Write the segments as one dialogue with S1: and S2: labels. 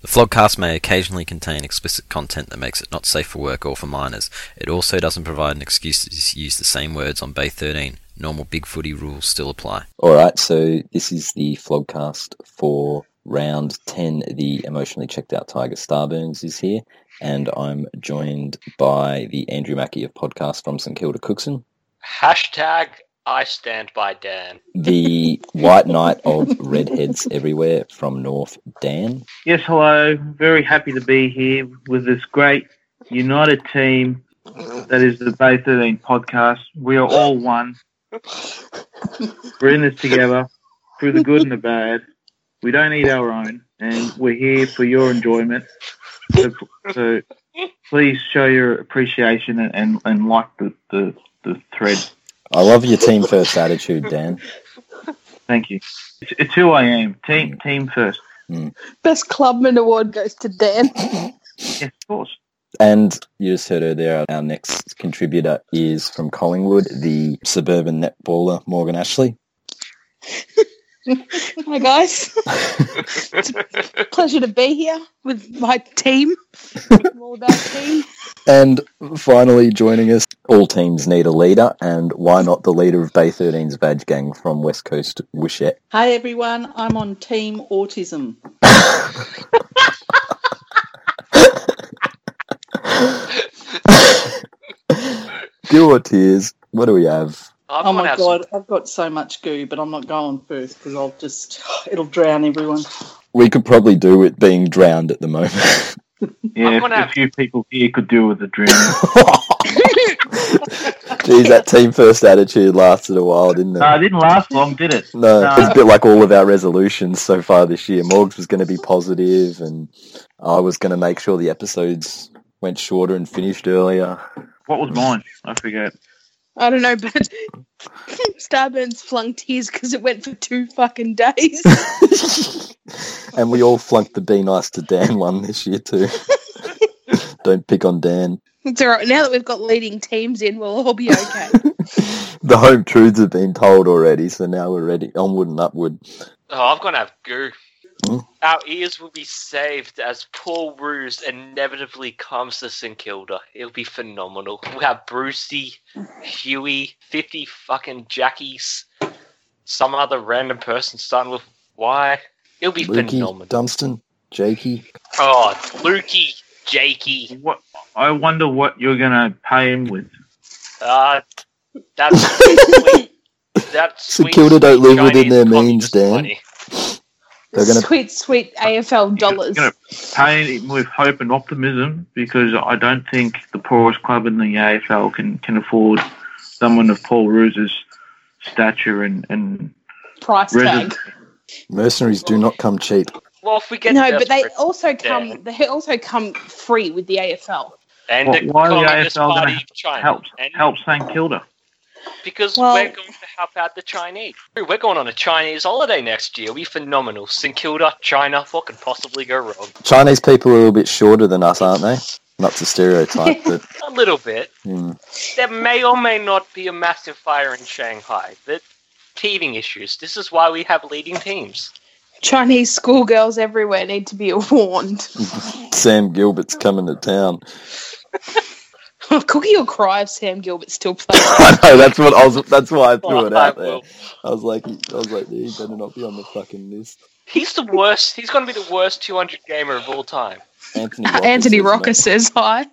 S1: The Flogcast may occasionally contain explicit content that makes it not safe for work or for minors. It also doesn't provide an excuse to use the same words on Bay 13. Normal Big Footy rules still apply.
S2: All right, so this is the Flogcast for round 10. The emotionally checked out Tiger Starburns is here, and I'm joined by the Andrew Mackey of Podcast from St Kilda Cookson,
S3: Hashtag I stand by Dan.
S2: the White Knight of Redheads Everywhere from North, Dan,
S4: Yes, hello. Very happy to be here with this great united team that is the Bay 13 podcast. We are all one. We're in this together through the good and the bad. We don't need our own, and we're here for your enjoyment. So, so please show your appreciation and, and, and like the, the, the thread.
S2: I love your team first attitude, Dan.
S4: Thank you. It's, it's who I am. Team, team first.
S5: Best Clubman Award goes to Dan.
S4: Yes, of course.
S2: And you just heard her there. Our next contributor is from Collingwood, the suburban netballer, Morgan Ashley.
S5: Hi guys, pleasure to be here with my team, all about team.
S2: And finally joining us, all teams need a leader, and why not the leader of Bay 13's badge gang from West Coast, Wishette.
S5: Hi everyone, I'm on Team Autism.
S2: Pure tears. What do we have?
S3: I'm
S5: oh
S3: gonna
S5: my
S3: have
S5: god, I've got so much goo, but I'm not going first because I'll just it'll drown everyone.
S2: We could probably do with being drowned at the moment.
S4: Yeah,
S3: I'm
S4: if,
S3: gonna
S4: a
S3: have-
S4: few people here could do with a dream.
S2: Geez, that team first attitude lasted a while, didn't it?
S4: No, Uh, it didn't last long, did it?
S2: No,
S4: No.
S2: it's a bit like all of our resolutions so far this year. Morgs was going to be positive, and I was going to make sure the episodes went shorter and finished earlier.
S4: What was mine? I forget.
S6: I don't know, but Starburns flung tears because it went for two fucking days.
S2: and we all flunked the Be Nice to Dan one this year, too. Don't pick on Dan.
S6: it's all right. Now that we've got leading teams in, we'll all be okay.
S2: The home truths have been told already, so now we're ready. Onward and upward.
S3: Oh, I'm gonna have goo.
S2: Hmm?
S3: Our ears will be saved as Paul Ruse inevitably comes to St Kilda. It'll be phenomenal. We'll have Brucey, Huey, fifty fucking Jackies, some other random person starting with Y. It'll be
S2: Lukey,
S3: phenomenal.
S2: Dunstan, Jakey.
S3: oh, Lukey, Jakey.
S4: What I wonder what you're gonna pay him with.
S3: Uh, that's sweet. That's
S2: St
S3: sweet,
S2: Kilda don't
S3: sweet
S2: live within
S3: Chinese
S2: their means,
S3: communist
S2: Dan.
S3: money.
S2: They're gonna-
S6: Sweet, sweet AFL dollars.
S4: You're gonna pay him with hope and optimism because I don't think the poorest club in the AFL can, can afford someone of Paul Roos's stature and, and
S5: Price
S4: Resi-
S5: tag.
S2: Mercenaries do not come cheap.
S3: Well, if we get
S6: no, but they
S3: desperate-
S6: also
S3: Dan.
S6: come. They also come free with the AFL.
S3: And
S4: Why-
S3: the
S4: why are the
S3: Communist
S4: AFL gonna
S3: Party
S4: ha-
S3: of China.
S4: help
S3: And
S4: help St Kilda.
S3: Because
S6: Well-
S3: we're going to help out the Chinese. We're going on a Chinese holiday next year. It'll be phenomenal. St Kilda, China, what could possibly go wrong?
S2: Chinese people are a little bit shorter than us, aren't they? Not to stereotype, but
S3: A little bit.
S2: hmm.
S3: There may or may not be a massive fire in Shanghai. The teething issues. This is why we have leading teams.
S6: Chinese schoolgirls everywhere need to be warned.
S2: Sam Gilbert's coming to town.
S6: Cookie or cry if Sam Gilbert still plays.
S2: I know that's what I was. That's why I threw it
S3: I
S2: out there.
S3: will.
S2: I was like, I was like, he better not be on the fucking list.
S3: He's the worst. He's going to be the worst 200 gamer of all time.
S2: Anthony Rocker.
S6: Anthony
S2: says,
S6: Rocker
S2: mate.
S6: says hi.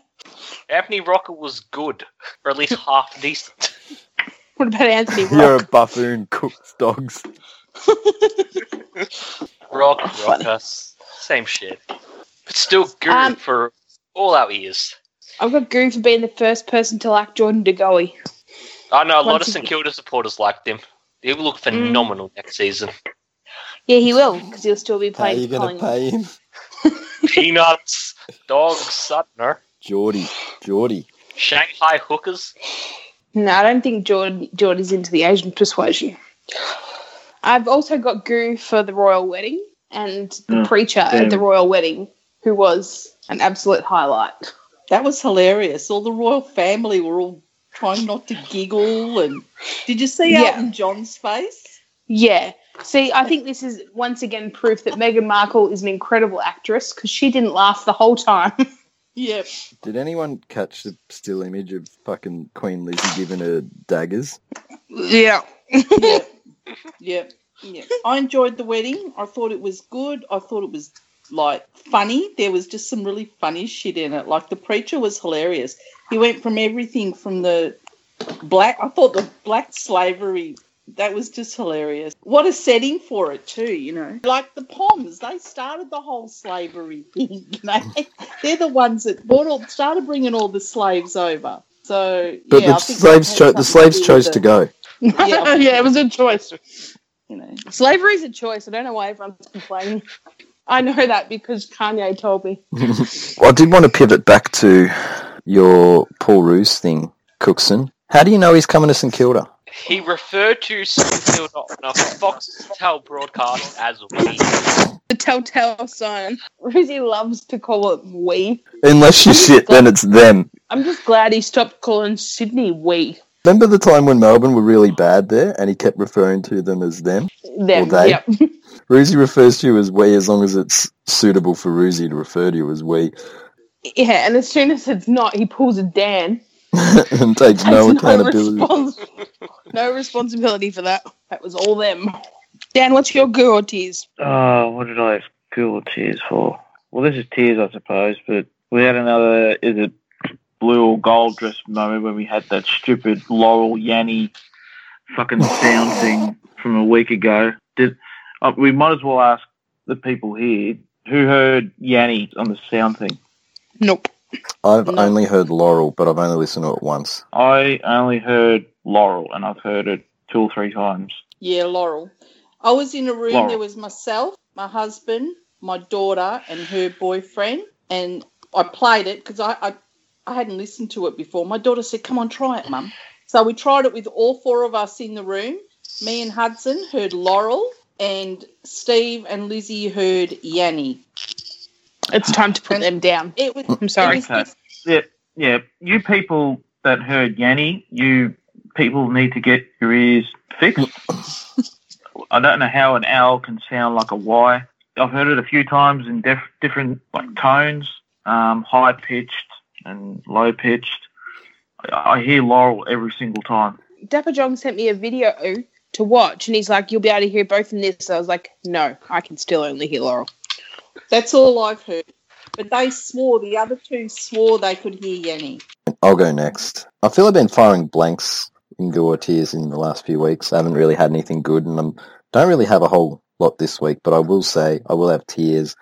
S3: Anthony Rocker was good, or at least half decent.
S6: What about Anthony
S2: You're
S6: Rocker?
S2: a buffoon, cooks dogs.
S3: Rock, Rocker, uh, same shit. But still good
S6: Um,
S3: for all our ears.
S6: I've got goo for being the first person to like Jordan DeGoey.
S3: I know a lot
S6: Once Mm.
S3: of St
S6: again-
S3: Kilda supporters liked him. He will look phenomenal next season.
S6: Yeah, he will because he'll still be
S2: How are
S6: playing
S2: you
S6: for
S2: gonna
S6: Collingwood.
S2: pay him,
S3: Peanuts, dogs, I don't know.
S2: Geordie? Geordie.
S3: Shanghai hookers.
S6: No, I don't think Jordan Jordan's into the Asian persuasion. I've also got Goo for the royal wedding and the
S4: Mm,
S6: preacher
S4: damn.
S6: at the royal wedding, who was an absolute highlight.
S5: That was hilarious. All the royal family were all trying not to giggle, and did you see
S6: Yeah.
S5: Elton John's face?
S6: Yeah, See, I think this is once again proof that Meghan Markle is an incredible actress because she didn't laugh the whole time.
S5: Yep.
S2: Did anyone catch the still image of fucking Queen Lizzie giving her daggers?
S5: Yeah. yep. Yep. Yep. I enjoyed the wedding. I thought it was good. I thought it was like funny. There was just some really funny shit in it. Like the preacher was hilarious. He went from everything from the black. I thought the black slavery that was just hilarious. What a setting for it too, you know. Like the Poms, they started the whole slavery thing. You know, they're the ones that brought all started bringing all the slaves over. So
S2: But
S5: yeah,
S2: the
S5: I think
S2: slaves
S5: that
S2: chose
S5: had
S2: the
S5: something
S2: slaves
S5: do
S2: chose
S5: with
S2: to
S5: it,
S2: go.
S5: Yeah.
S6: yeah, it was a choice.
S5: You know.
S6: Slavery is a choice. I don't know why everyone's complaining. I know that because Kanye told me.
S2: Well, I did want to pivot back to your Paul Roos thing, Cookson. How do you know he's coming to St Kilda?
S3: He referred to St Kilda on a Foxtel broadcast as we.
S5: The telltale sign.
S6: Rosie loves to call it we.
S2: Unless you sit, then it's them.
S6: I'm just glad he stopped calling Sydney we.
S2: Remember the time when Melbourne were really bad there, and he kept referring to them as them. Or
S6: Them.
S2: they.
S6: Yep.
S2: Roosie refers to you as we as long as it's suitable for Roosie to refer to you as we,
S6: Yeah, and as soon as it's not, he pulls a Dan.
S2: and takes no
S6: Takes
S2: accountability.
S6: respons-
S5: No responsibility for that.
S6: that was all them.
S5: Dan, what's your goo or tears?
S4: Oh, what did I have school tears for? Well, this is tears, I suppose, but we had another, is it blue or gold dress moment when we had that stupid Laurel Yanni fucking sound thing from a week ago. Did uh, We might as well ask the people here who heard Yanni on the sound thing.
S5: Nope.
S2: I've
S5: No.
S2: only heard Laurel, but I've only listened to it once.
S4: I only heard Laurel, and I've heard it two or three times.
S5: Yeah, Laurel. I was in a room.
S4: Laurel.
S5: There was myself, my husband, my daughter, and her boyfriend. And I played it because I, I, I hadn't listened to it before. My daughter said, "Come on, try it, Mum." So we tried it with all four of us in the room. Me and Hudson heard Laurel, and Steve and Lizzie heard Yanni.
S6: It's time to put them down.
S5: It was.
S6: I'm sorry.
S5: It was
S4: Okay. Yeah, yeah. You people that heard Yanni, you people need to get your ears fixed. I don't know how an owl can sound like a Y. I've heard it a few times in def- different like tones, um, high pitched and low pitched. I-, I hear Laurel every single time.
S6: Dapper Jong sent me a video to watch, and he's like, "You'll be able to hear both in this." I was like, "No, I can still only hear Laurel."
S5: That's all I've heard. But they swore, the other two swore they could hear Yanni.
S2: I'll go next. I feel I've been firing blanks in gore tears in the last few weeks. I haven't really had anything good, and I don't really have a whole lot this week. But I will say I will have tears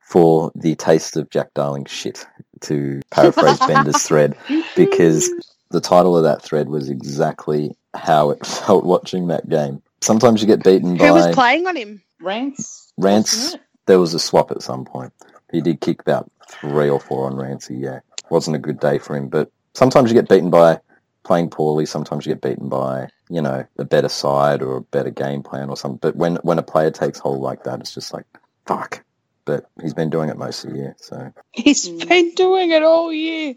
S2: for the taste of Jack Darling's shit. To paraphrase Bender's thread, because the title of that thread was exactly how it felt watching that game. Sometimes you get beaten by
S6: Who was playing on him?
S5: Rance?
S2: Rance.
S5: wasn't it?
S2: there was a swap at some point. He did kick about three or four on Rancy. Yeah, wasn't a good day for him. But sometimes you get beaten by playing poorly. Sometimes you get beaten by you know a better side or a better game plan or something. But when when a player takes hold like that, it's just like fuck. But he's been doing it most of the year, so
S6: He's
S5: Mm.
S6: been doing it all year.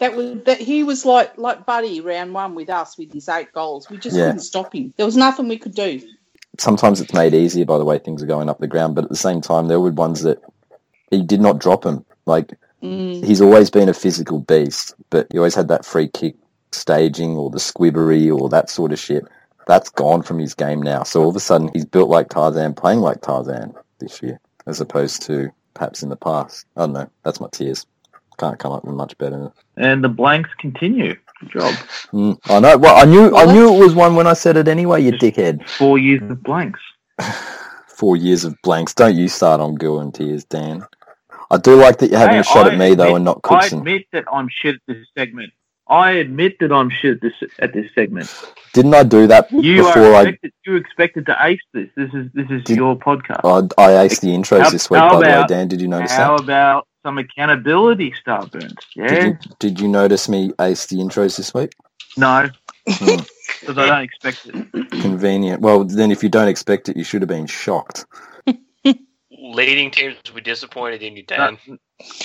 S5: That was that he was like like Buddy round one with us with his eight goals. We just
S2: Yeah.
S5: couldn't stop him. There was nothing we could do.
S2: sometimes it's made easier by the way things are going up the ground. But at the same time, there were ones that he did not drop him. Like
S5: Mm.
S2: he's always been a physical beast, but he always had that free kick staging or the squibbery or that sort of shit. That's gone from his game now. So all of a sudden he's built like Tarzan, playing like Tarzan this year, as opposed to perhaps in the past. I don't know. That's my tears. Can't come up with much better.
S4: And the blanks continue. Good job.
S2: Mm, I know. Well, I knew. I
S5: Well,
S2: knew it was one when I said it anyway. You dickhead.
S4: Four years of blanks.
S2: Four years of blanks. Don't you start on goo and tears, Dan. I do like that you're having
S4: Hey,
S2: a shot
S4: I
S2: at me though,
S4: admit-
S2: and not
S4: I
S2: Cookson.
S4: admit that I'm shit at this segment. I admit that I'm shit at this at this segment.
S2: Didn't I do that
S4: You
S2: before
S4: are
S2: I
S4: expected, you're expected to ace this. This is this is
S2: Did-
S4: your podcast.
S2: I, I aced the intros
S4: How-
S2: this week,
S4: how
S2: by the way,
S4: about-
S2: Dan. Did you notice
S4: How
S2: that?
S4: about some accountability, Starburns?
S2: Did
S4: Yeah,
S2: you, did you notice me ace the intros this week?
S4: no,
S2: Hmm.
S4: because I don't expect it.
S2: Convenient. Well, then if you don't expect it, you should have been shocked.
S3: leading teams were disappointed in you, Dan.
S4: No-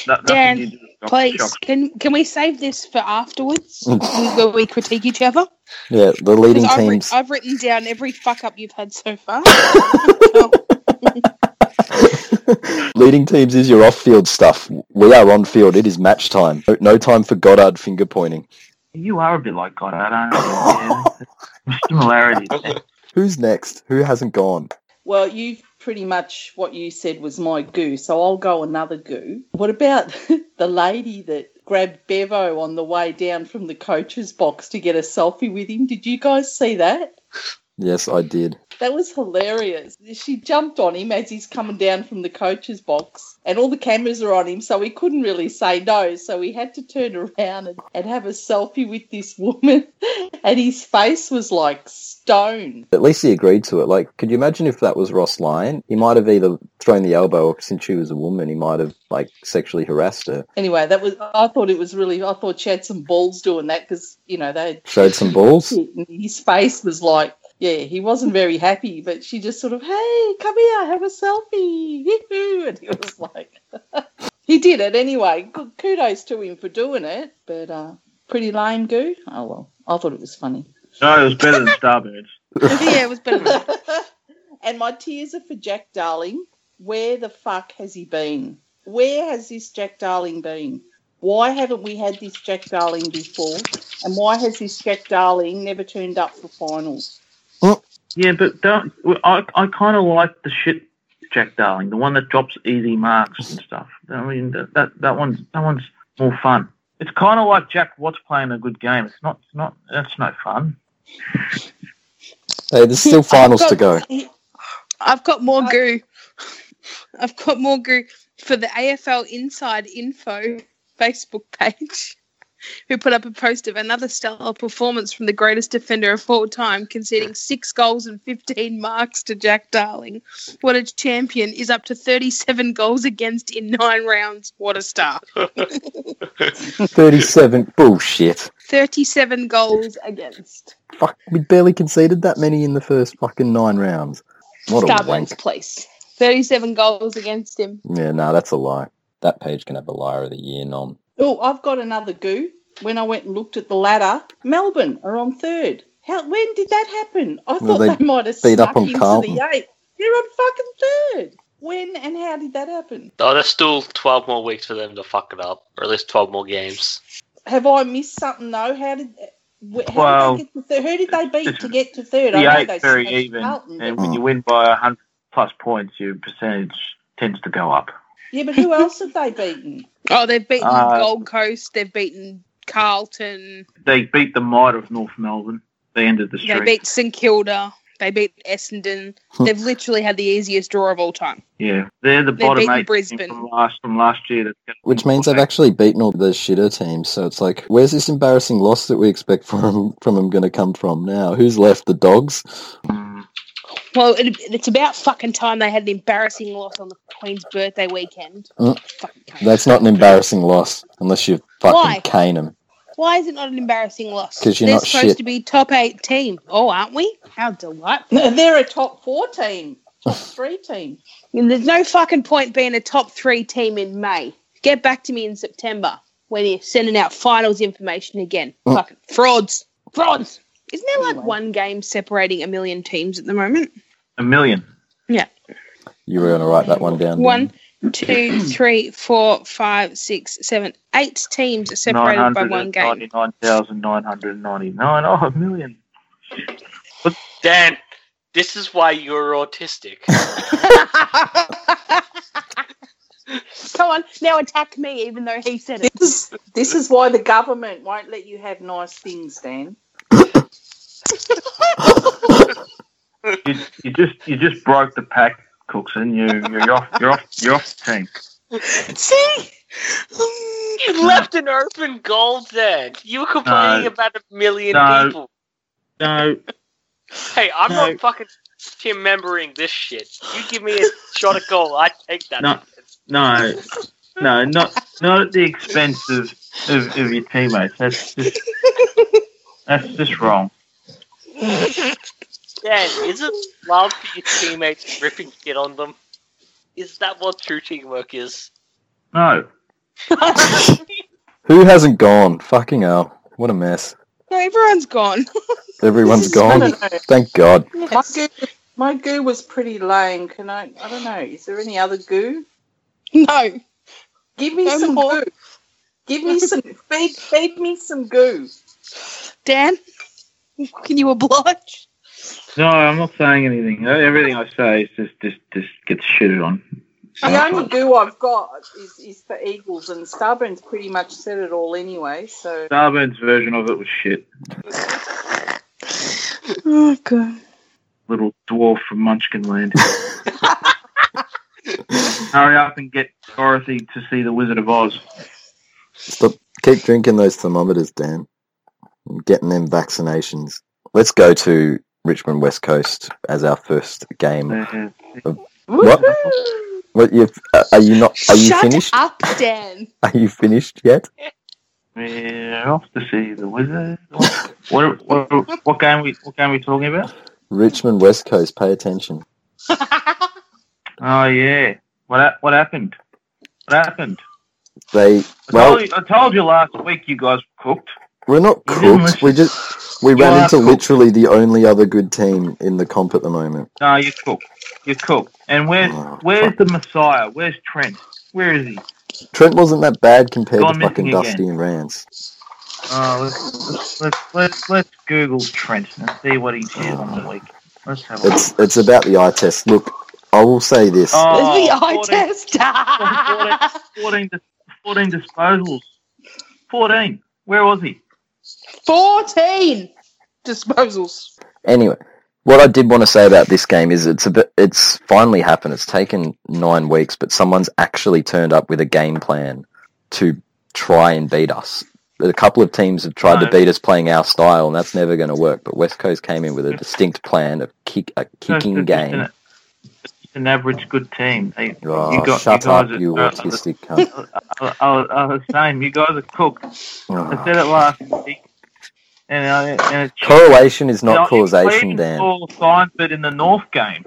S4: nothing
S6: Dan,
S4: to do with shock-
S6: Please,
S4: shock.
S6: can can we save this for afterwards where we critique each other?
S2: Yeah, the leading
S6: Because I've, writ-
S2: teams.
S6: I've written down every fuck up you've had so far.
S2: leading teams is your off-field stuff. We are on field. It is match time. No, no time for Goddard finger pointing.
S4: You are a bit like God. I don't know. Yeah, similarities. there.
S2: Who's next? Who hasn't gone?
S5: Well, you've pretty much what you said was my goo, so I'll go another goo. What about the lady that grabbed Bevo on the way down from the coach's box to get a selfie with him? Did you guys see that?
S2: Yes, I did.
S5: That was hilarious. She jumped on him as he's coming down from the coach's box, and all the cameras are on him, so he couldn't really say no. So he had to turn around and, and have a selfie with this woman, and his face was like stone.
S2: At least he agreed to it. Like, could you imagine if that was Ross Lyon? He might have either thrown the elbow, or since she was a woman, he might have like sexually harassed her.
S5: Anyway, that was. I thought it was really. I thought she had some balls doing that because you know they.
S2: Showed some balls.
S5: And his face was like, yeah, he wasn't very happy, but she just sort of, hey, come here, have a selfie, Yee-hoo. and he was like, he did it anyway. Good kudos to him for doing it, but uh, pretty lame goo. Oh well, I thought it was funny.
S4: No, it was better than Starbirds.
S6: yeah, it was better. than-
S5: and my tears are for Jack Darling. Where the fuck has he been? Where has this Jack Darling been? Why haven't we had this Jack Darling before? And why has this Jack Darling never turned up for finals?
S4: Yeah, but don't. I, I kind of like the shit Jack Darling, the one that drops easy marks and stuff. I mean, that that, that one's that one's more fun. It's kind of like Jack Watts playing a good game. It's not. It's not. That's no fun.
S2: Hey, there's still finals to go.
S6: I've got more goo. I've got more goo for the AFL Inside Info Facebook page, who put up a post of another stellar performance from the greatest defender of all time, conceding six goals and 15 marks to Jack Darling. What a champion is up to 37 goals against in nine rounds. What a star.
S2: Thirty-seven. Bullshit.
S6: 37 goals against.
S2: Fuck. We barely conceded that many in the first fucking nine rounds. What a wank.
S6: Starburns place. 37 goals against him.
S2: Yeah, no, that's a lie. That page can have a liar of the year nom.
S5: Oh, I've got another goo. When I went and looked at the ladder, Melbourne are on third. How? When did that happen? I
S2: Well,
S5: thought
S2: they
S5: they, might have
S2: beat
S5: beat
S2: up
S5: up
S2: on
S5: into
S2: Carlton.
S5: the eighth. They're on fucking third. When and how did that happen?
S3: Oh, there's still 12 more weeks for them to fuck it up, or at least 12 more games.
S5: Have I missed something though? How did? wh- How
S4: Well,
S5: did they get to third? Who did they beat
S4: it's-
S5: to get to third?
S4: The
S5: they
S4: eight very
S5: smashed
S4: even,
S5: Carlton, but-
S4: and when you win by a hundred plus points, your percentage tends to go up.
S5: yeah, but who else have they beaten?
S6: Oh, they've beaten
S4: Uh,
S6: Gold Coast. They've beaten Carlton.
S4: They beat the might of North Melbourne. They ended the
S6: They
S4: streak.
S6: beat St Kilda. They beat Essendon. They've literally had the easiest draw of all time.
S4: yeah, they're the
S6: They
S4: bottom
S6: beat
S4: eight team
S6: Brisbane.
S4: from last from last year. That's gonna-
S2: Which means they've actually beaten all the shitter teams, so it's like, where's this embarrassing loss that we expect from from them going to come from now? Who's left? The dogs?
S4: Mm,
S6: Well, it, it's about fucking time they had an embarrassing loss on the Queen's birthday weekend.
S2: Mm.
S6: Fucking cunt.
S2: That's not an embarrassing loss unless you
S6: Why?
S2: fucking cane them.
S6: Why is it not an embarrassing loss?
S2: 'Cause you're
S6: They're
S2: not
S6: supposed
S2: shit.
S6: to be top eight team. Oh, aren't we? How delightful.
S5: No, They're a top four team, top three team.
S6: And there's no fucking point being a top three team in May. Get back to me in September when you're sending out finals information again.
S2: Mm.
S6: Fucking frauds. Frauds. Isn't there like
S5: Anyway.
S6: one game separating a million teams at the moment?
S4: a million.
S2: You were going to write that one down. didn't
S6: One,
S2: you?
S6: two, three, four, five, six, seven, eight teams are separated by one game.
S4: 999,999. Oh, a million.
S3: Dan, this is why you're autistic.
S6: Come on, now attack me, even though he said it.
S5: This is this is why the government won't let you have nice things, Dan.
S4: You, you just you just broke the pack, Cookson. You you're off you're off you're off the team.
S6: See?
S3: you left an open goal, Dan. You were complaining
S4: No.
S3: about a million
S4: No.
S3: people.
S4: No,
S3: Hey, I'm
S4: No.
S3: not fucking remembering this shit. You give me a shot at goal, I take that.
S4: No. no, no, not not at the expense of, of, of your teammates. That's just that's just wrong.
S3: Dan, is it love for your teammates ripping shit on them? Is that what true teamwork is?
S4: No.
S2: Who hasn't gone? Fucking hell. What a mess.
S6: No, everyone's gone.
S2: Everyone's
S5: This is- I
S2: gone.
S5: don't know.
S2: Thank God.
S5: My goo, my goo was pretty lame. Can I? I don't know. Is there any other goo?
S6: no.
S5: Give me
S6: No
S5: some
S6: more.
S5: goo. Give me some. Feed, feed me some goo.
S6: Dan, can you oblige?
S4: No, I'm not saying anything. Uh, Everything I say is just just just gets shitted on.
S5: The only goo I've got is, is for Eagles, and Starburns pretty much said it all anyway. So
S4: Starburns' version of it was shit.
S6: Oh, God.
S4: Little dwarf from Munchkinland. Hurry up and get Dorothy to see the Wizard of Oz.
S2: Stop. Keep drinking those thermometers, Dan. And Getting them vaccinations. Let's go to Richmond West Coast as our first game.
S4: Uh,
S2: What? What you? Uh, are you not? Are you
S6: Shut
S2: finished?
S6: up, Dan.
S2: Are you finished yet?
S4: we're off to see the Wizard. What what, what, what game we what game we talking about?
S2: Richmond West Coast. Pay attention.
S4: Oh yeah. What hap- what happened? What happened?
S2: They
S4: I,
S2: well,
S4: told you, I told you last week you guys cooked.
S2: we're not
S4: You didn't
S2: cooked. We
S4: listen.
S2: just we
S4: You
S2: ran
S4: are
S2: into
S4: cooked.
S2: literally the only other good team in the comp at the moment.
S4: No, you cooked. You cooked. And where's
S2: Oh,
S4: where's
S2: fuck.
S4: the Messiah? Where's Trent? Where is he?
S2: Trent wasn't that bad compared
S4: Gone
S2: to fucking
S4: missing again.
S2: Dusty and Rance.
S4: Oh, let's let's let's let's, let's Google Trent and see what he did on the week. Let's have a look.
S2: It's it's about the eye test. Look, I will say this.
S6: There's the
S4: Oh,
S6: eye
S4: 14,
S6: test.
S4: 14, dis- 14 disposals. 14. Where was he?
S6: 14 disposals.
S2: Anyway, what I did want to say about this game is it's a bit, it's finally happened. It's taken nine weeks, but someone's actually turned up with a game plan to try and beat us. A couple of teams have tried
S4: No.
S2: to beat us playing our style, and that's never going to work. But West Coast came in with a distinct plan of kick a kicking
S4: Just an-
S2: game.
S4: just an average good team. They,
S2: Oh,
S4: you got,
S2: shut
S4: you guys
S2: up,
S4: are-
S2: you
S4: are-
S2: autistic cunt!
S4: are- are- are the same. You guys are cooked. I said
S2: Oh.
S4: it last week. And, uh, and it's
S2: Correlation is
S4: You know,
S2: not
S4: I
S2: causation,
S4: even
S2: Dan.
S4: saw signs of it in the North game.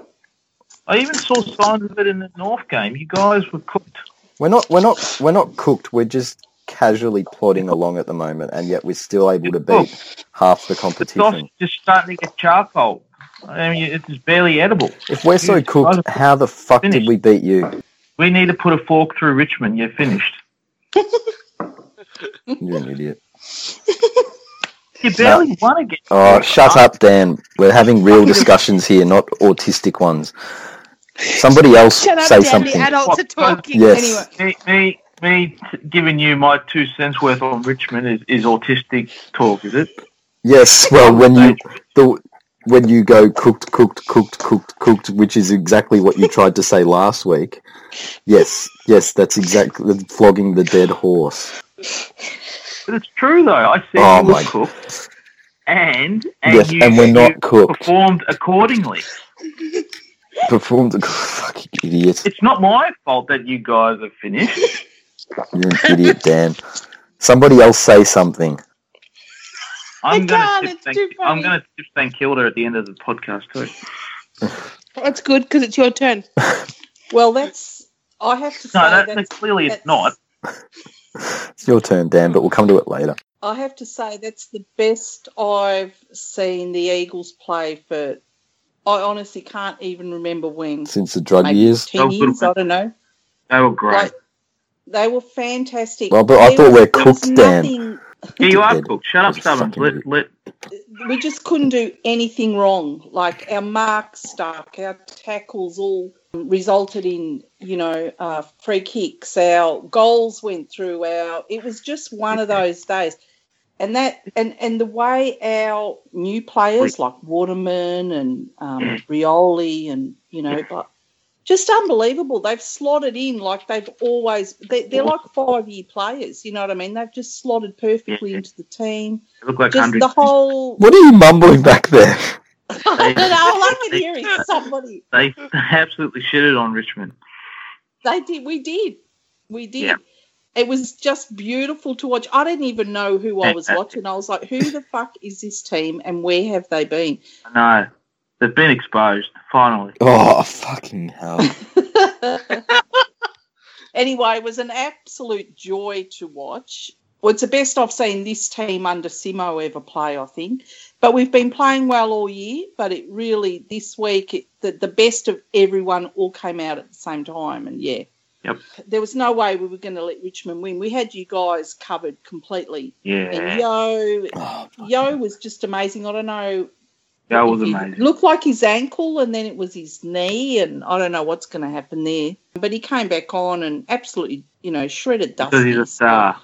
S4: I even saw signs of it in the North game. You guys were cooked.
S2: We're not, we're not, we're not cooked. We're just casually plodding along at the moment, and yet we're still able to beat half the
S4: The
S2: competition.
S4: sausage is starting to get charcoal. I mean, it's barely edible.
S2: If we're so
S4: Dude,
S2: cooked,
S4: I-
S2: how the fuck did
S4: Finished.
S2: we beat you?
S4: We need to put a fork through Richmond. You're finished.
S2: You're an idiot.
S4: You barely won again.
S2: Oh, shut up, Dan. We're having real discussions here, not autistic ones. Somebody else
S6: Shut up,
S2: say
S6: Dan. The
S2: something.
S6: adults are talking.
S2: Yes.
S6: Anyway.
S4: Me, me, me t- giving you my two cents worth on Richmond is, is autistic talk, is it?
S2: Yes, well, when you the, when you go cooked, cooked, cooked, cooked, cooked, which is exactly what you tried to say last week. Yes, yes, that's exactly flogging the dead horse.
S4: But it's true though. I said
S2: Oh,
S4: you were
S2: my-
S4: cooked, and and
S2: Yes,
S4: you,
S2: and we're
S4: you
S2: not cooked.
S4: performed accordingly.
S2: Performed, fucking idiot.
S4: It's not my fault that you guys are finished.
S2: You're an idiot, Dan. Somebody else say something.
S4: I'm
S6: I
S4: gonna
S6: can't,
S4: tip
S6: it's
S4: St.
S6: too
S4: I'm
S6: funny.
S4: gonna tip St Kilda at the end of the podcast too.
S6: That's good because it's your turn.
S5: well, that's I have to say
S4: No, that, that-
S5: that's,
S4: clearly it's
S5: that's-
S4: not.
S2: It's your turn, Dan, but we'll come to it later.
S5: I have to say that's the best I've seen the Eagles play for. I honestly can't even remember when.
S2: since the drug
S5: Maybe
S2: years.
S4: That
S5: ten
S4: was a little
S5: years. I don't know.
S4: They were great.
S5: Like, they were fantastic.
S2: Well, but I
S5: There
S2: thought we're
S5: was- there was
S2: cooked, Dan.
S5: nothing-
S4: yeah, you are
S2: Ed,
S4: cooked. Shut up,
S2: it's
S4: Stubbins.
S2: fucking
S4: Let, let,
S5: We just couldn't do anything wrong. Like our marks stuck, our tackles all resulted in you know uh, free kicks. Our goals went through. Our it was just one of those days. And that and, and the way our new players like Waterman and um, Rioli and you know but just unbelievable. They've slotted in like they've always. They, they're like five year players. You know what I mean? They've just slotted perfectly into the team.
S4: they look like
S5: Just
S4: hundreds.
S5: the whole.
S2: What are you mumbling back there?
S5: I don't know. All I can hear is somebody.
S4: They, they absolutely shitted on Richmond.
S5: They did. We did. We did.
S4: Yeah.
S5: It was just beautiful to watch. I didn't even know who I was
S4: Fantastic.
S5: watching. I was like, who the fuck is this team and where have they been?
S4: I know. They've been exposed. Finally.
S2: Oh, fucking hell.
S5: anyway, it was an absolute joy to watch. Well, it's the best I've seen this team under Simo ever play, I think. But we've been playing well all year, but it really, this week, it, the, the best of everyone all came out at the same time. And yeah.
S4: Yep.
S5: There was no way we were going to let Richmond win. We had you guys covered completely. And
S4: Yeah.
S5: Yo,
S2: Oh, fuck.
S5: Yo was just amazing. I don't know.
S4: That was
S5: if he-
S4: amazing.
S5: Looked like his ankle, and then it was his knee, and I don't know what's going to happen there. But he came back on and absolutely, you know, shredded dust.
S4: Because he's a star.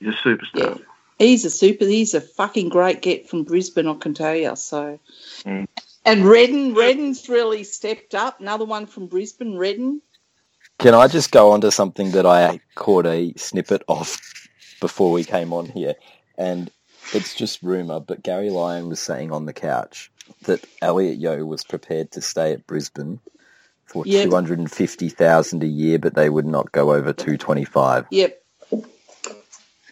S4: He's a superstar.
S5: He's a super. He's a fucking great get from Brisbane, I can tell you. So,
S4: Mm.
S5: and Redden, Redden's really stepped up. Another one from Brisbane, Redden.
S2: Can I just go on to something that I caught a snippet of before we came on here? And it's just rumour, but Gary Lyon was saying on the couch that Elliot Yo was prepared to stay at Brisbane for
S5: Yeah.
S2: 250000 a year, but they would not go over 225
S5: Yep.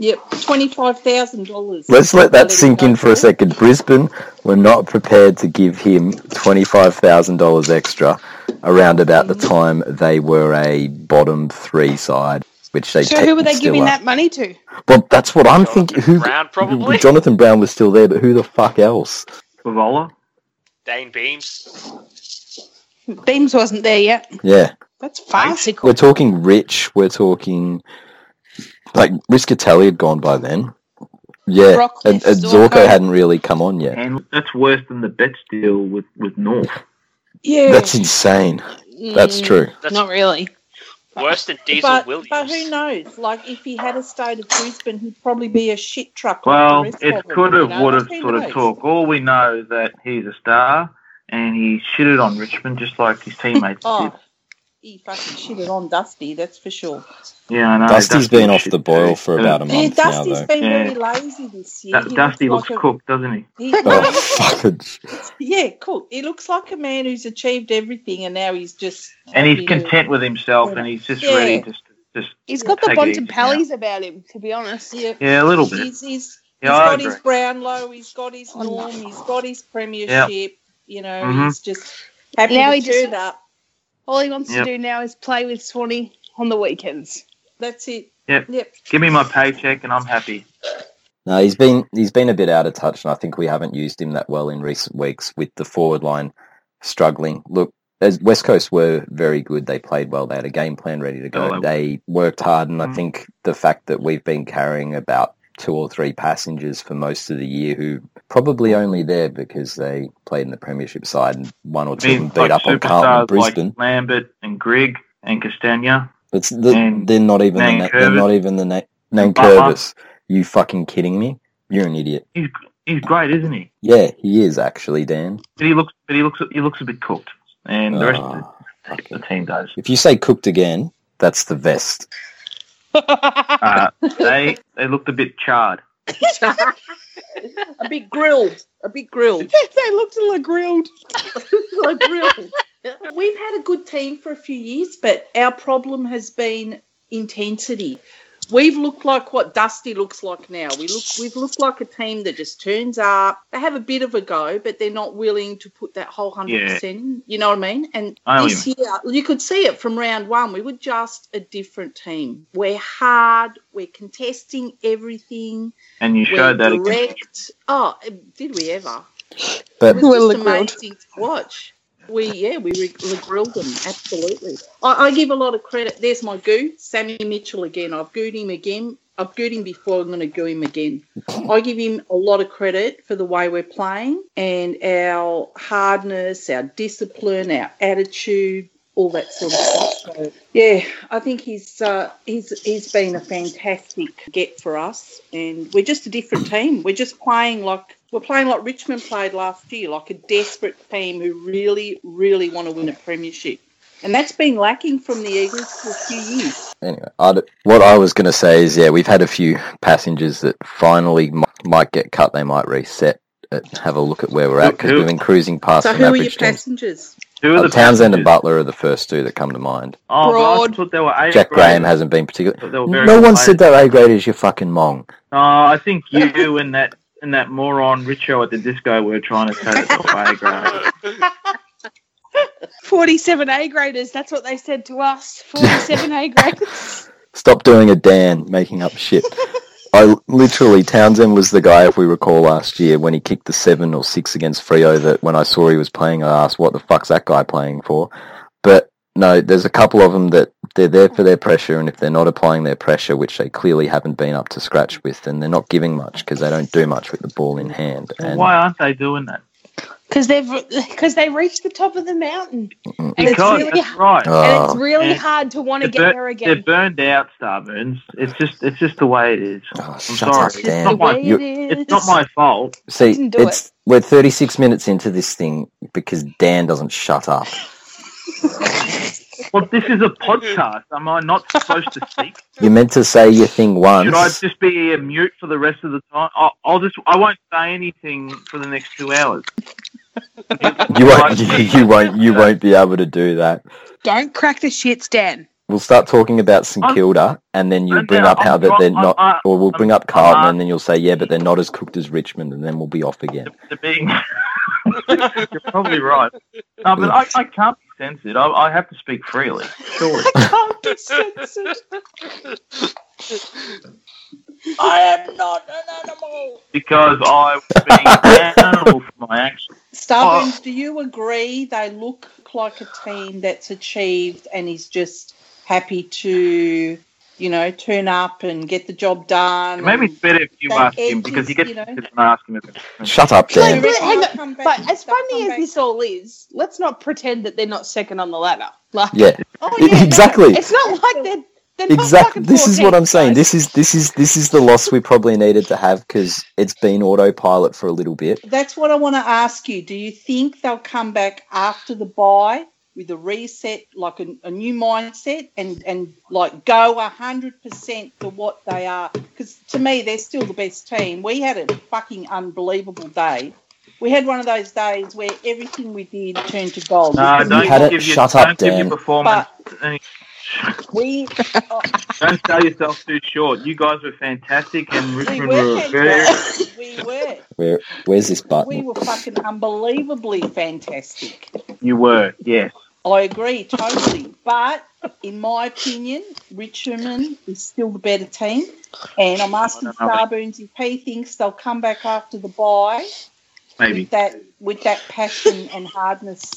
S5: Yep, twenty-five thousand dollars.
S2: Let's let that sink in for a second. Brisbane were not prepared to give him $25,000 extra around about the time
S6: Mm-hmm.
S2: they were a bottom three side, which they
S6: So who were they
S2: technically still
S6: giving
S2: are.
S6: that money to?
S2: Well, that's what I'm thinking. Who
S3: Brown, probably.
S2: Jonathan Brown was still there, but who the fuck else?
S4: Favola?
S3: Dane Beams.
S6: Beams wasn't there yet.
S2: Yeah,
S6: That's
S2: we're
S6: farcical.
S2: talking rich. We're talking like Riscatelli had gone by then. Yeah,
S6: Rockcliffe,
S2: and, and
S6: Zorko.
S2: Zorko. hadn't really come on yet.
S6: Mm.
S4: And that's worse than the Betts deal with, with North.
S5: Yeah,
S2: That's insane. That's
S6: Mm,
S2: true.
S3: That's
S6: Not really.
S3: worse than Diesel
S5: but,
S3: Williams.
S5: but who knows? Like, if he had a state of Brisbane, he'd probably be a shit truck. like
S4: Well,
S5: the rest
S4: it's
S5: of them,
S4: could
S5: you
S4: have,
S5: know?
S4: would have
S5: Who
S4: sort of
S5: knows?
S4: talk. All we know is that he's a star and he shitted on Richmond just like his teammates did.
S5: Oh, he fucking shitted on Dusty, that's for sure.
S4: Yeah, I know.
S2: Dusty's been
S4: was
S2: off
S4: shit
S2: the boil for about a
S4: Uh,
S5: Yeah,
S2: month now,
S5: Dusty's
S2: though.
S5: been
S4: Yeah.
S5: really lazy this year.
S4: Du-
S5: He
S4: Dusty looks
S5: like a-
S4: cooked, doesn't he?
S5: he-
S2: Oh, fucking.
S5: yeah, cool. He looks like a man who's achieved everything and now he's just.
S4: And he's
S5: you know,
S4: content with himself and he's just
S5: Yeah.
S4: ready to s- just
S6: He's got the
S4: Take it easy
S6: Bontempellis about him, to be honest.
S5: Yeah,
S4: yeah, a little bit.
S5: he's, he's,
S4: Yeah,
S5: he's
S4: I
S5: got
S4: agree. Mm.
S5: his Brownlow, he's got his
S6: Oh, no.
S5: Norm, he's got his Premiership. You know,
S4: Mhm.
S5: he's just happy
S6: Now
S5: to
S6: he
S5: do
S6: just-
S5: that.
S6: All he wants
S4: Yep.
S6: to do now is play with Swanee on the weekends.
S5: That's it.
S4: Yep.
S5: Yep.
S4: Give me my paycheck and I'm happy.
S2: No, he's been he's been a bit out of touch, and I think we haven't used him that well in recent weeks with the forward line struggling. Look, as West Coast were very good. They played well. They had a game plan ready to go.
S4: Oh, I-
S2: they worked hard, and I
S4: Mm.
S2: think the fact that we've been carrying about two or three passengers for most of the year, who
S4: Mm.
S2: probably only there because they played in the Premiership side, and one or
S4: I
S2: two of
S4: mean,
S2: them beat
S4: like
S2: up on Carlton and
S4: superstars
S2: Brisbane.
S4: like Lambert and Grigg and Castagna.
S2: But it's the,
S4: And
S2: they're not even the
S4: Nan
S2: na- they're
S4: Curvis.
S2: not even the na- Nankervis.
S4: Butler.
S2: You fucking kidding me? You're an idiot.
S4: He's he's great, isn't he?
S2: Yeah, he is actually, Dan.
S4: But he looks, but he looks, he looks a bit cooked, and the rest
S2: Ah,
S4: of
S2: fuck
S4: the,
S2: it.
S4: the team does.
S2: If you say cooked again, that's the vest.
S4: Uh, they they looked a bit charred.
S5: A bit grilled. A bit grilled.
S6: they looked like grilled.
S5: like grilled. We've had a good team for a few years, but our problem has been intensity. We've looked like what Dusty looks like now. We look we've looked like a team that just turns up. They have a bit of a go, but they're not willing to put that whole hundred percent in. You know what I mean? And
S4: I know what
S5: this year you could see it from round one. We were just a different team. We're hard, we're contesting everything.
S4: And you
S5: We're
S4: showed that again.
S5: direct. Oh, did we ever?
S2: But
S5: It was
S6: Well,
S5: just
S6: look, Rod.
S5: amazing to watch. We yeah, we re- grilled them absolutely. I, I give a lot of credit. There's my goo, Sammy Mitchell again. I've gooed him again. I've gooed him before. I'm going to goo him again. I give him a lot of credit for the way we're playing and our hardness, our discipline, our attitude, all that sort of stuff. So, yeah, I think he's uh, he's he's been a fantastic get for us, and we're just a different team. We're just playing like we're playing like Richmond played last year, like a desperate team who really, really want to win a premiership, and that's been lacking from the Eagles for a few years.
S2: anyway, I'd, what I was going to say is, yeah, we've had a few passengers that finally m- might get cut. They might reset. uh have a look at where we're at because
S4: Who-
S2: we've been cruising past
S5: So
S2: some
S5: who are your
S2: average teams.
S5: passengers?
S4: Who are
S2: Uh,
S4: the
S2: Townsend
S4: passengers?
S2: and Butler are the first two that come to mind.
S4: Oh, but
S6: Broad.
S4: I thought they were eight.
S2: Jack
S4: grade.
S2: Graham hasn't been particular.
S4: I thought they were very
S2: No one
S4: good
S2: said
S4: players.
S2: that A grade is your fucking mong.
S4: No, I think you and that and that moron Richo at the disco were trying to tell us off A grade.
S6: 47 A graders, that's what they said to us. 47 A graders.
S2: Stop doing a Dan making up shit. I literally Townsend was the guy, if we recall last year, when he kicked the seven or six against Frio. That when I saw he was playing, I asked, "What the fuck's that guy playing for?" But no, there's a couple of them that they're there for their pressure, and if they're not applying their pressure, which they clearly haven't been up to scratch with, then they're not giving much because they don't do much with the ball in hand. And
S4: Why aren't they doing that?
S6: Because they've because they reached the top of the mountain, and it's
S4: Because
S6: really
S4: that's right.
S2: Oh.
S6: and it's really
S4: Yeah.
S6: hard to want to
S4: They're
S6: get
S4: bur-
S6: there
S4: They're
S6: again.
S4: burned out, Starburns. It's just it's just the way it is.
S2: Oh,
S4: I'm
S2: shut
S4: sorry.
S2: up,
S4: It's
S2: Dan.
S4: not my-
S2: You-
S6: it
S4: It's not my fault.
S2: See,
S6: Didn't do
S2: it's we're 36 minutes into this thing because Dan doesn't shut up.
S4: Well, this is a podcast. Am I not supposed to speak?
S2: You're meant to say your thing once.
S4: Should I just be a mute for the rest of the time? I'll, I'll just I won't say anything for the next two hours.
S2: you won't. You, you won't. You won't be able to do that.
S6: Don't crack the shits, Dan.
S2: We'll start talking about St
S4: I'm-
S2: Kilda, and then you
S4: I'm
S2: bring
S4: down.
S2: up how
S4: I'm
S2: that
S4: wrong.
S2: they're
S4: I'm-
S2: not,
S4: I-
S2: or we'll
S4: I'm-
S2: bring up
S4: I'm
S2: Carlton,
S4: not.
S2: and then you'll say, "Yeah, but they're not as cooked as Richmond," and then we'll be off again.
S4: To being, you're probably right. No, but I, I can't be censored. I, I have to speak freely. Surely.
S6: I can't be censored.
S5: I am not an animal.
S4: because I was being an animal for my actions.
S5: Starburns, do you agree they look like a team that's achieved and is just happy to, you know, turn up and get the job done?
S4: Maybe it's better if you
S5: That
S4: ask
S5: edge
S4: him because you
S5: is,
S4: get
S5: you
S4: to
S5: know-
S4: ask him. If
S2: Shut up, Dan.
S6: Like, but hang on.
S5: Come back-
S6: But as
S5: they'll
S6: funny
S5: come
S6: as
S5: back.
S6: this all is, let's not pretend that they're not second on the ladder. Like,
S2: Yeah,
S5: Oh,
S2: E-
S5: yeah, no,
S2: exactly.
S6: it's not like they're, they're not
S2: Exactly.
S6: fucking
S2: This is what
S6: 14th,
S2: I'm saying.
S6: guys.
S2: This is this is this is the loss we probably needed to have because it's been autopilot for a little bit.
S5: That's what I want to ask you. Do you think they'll come back after the buy with a reset, like a, a new mindset, and and like go hundred percent for what they are? Because to me, they're still the best team. We had a fucking unbelievable day. We had one of those days where everything we did turned to gold.
S4: No,
S2: You had
S4: don't
S2: it.
S4: give your,
S2: Shut up,
S4: don't give
S2: Dan.
S4: your performance. any-
S5: we
S4: Don't sell yourself too short. You guys were fantastic, and
S5: we
S4: Richmond
S5: were
S4: were very.
S5: fantastic. we were
S2: Where where's this
S5: we
S2: button?
S5: were fucking unbelievably fantastic.
S4: You were, yes.
S5: I agree totally. But in my opinion, Richmond is still the better team. And I'm asking
S4: I don't know.
S5: Starburns if he thinks they'll come back after the bye
S4: Maybe.
S5: with that with that passion and hardness.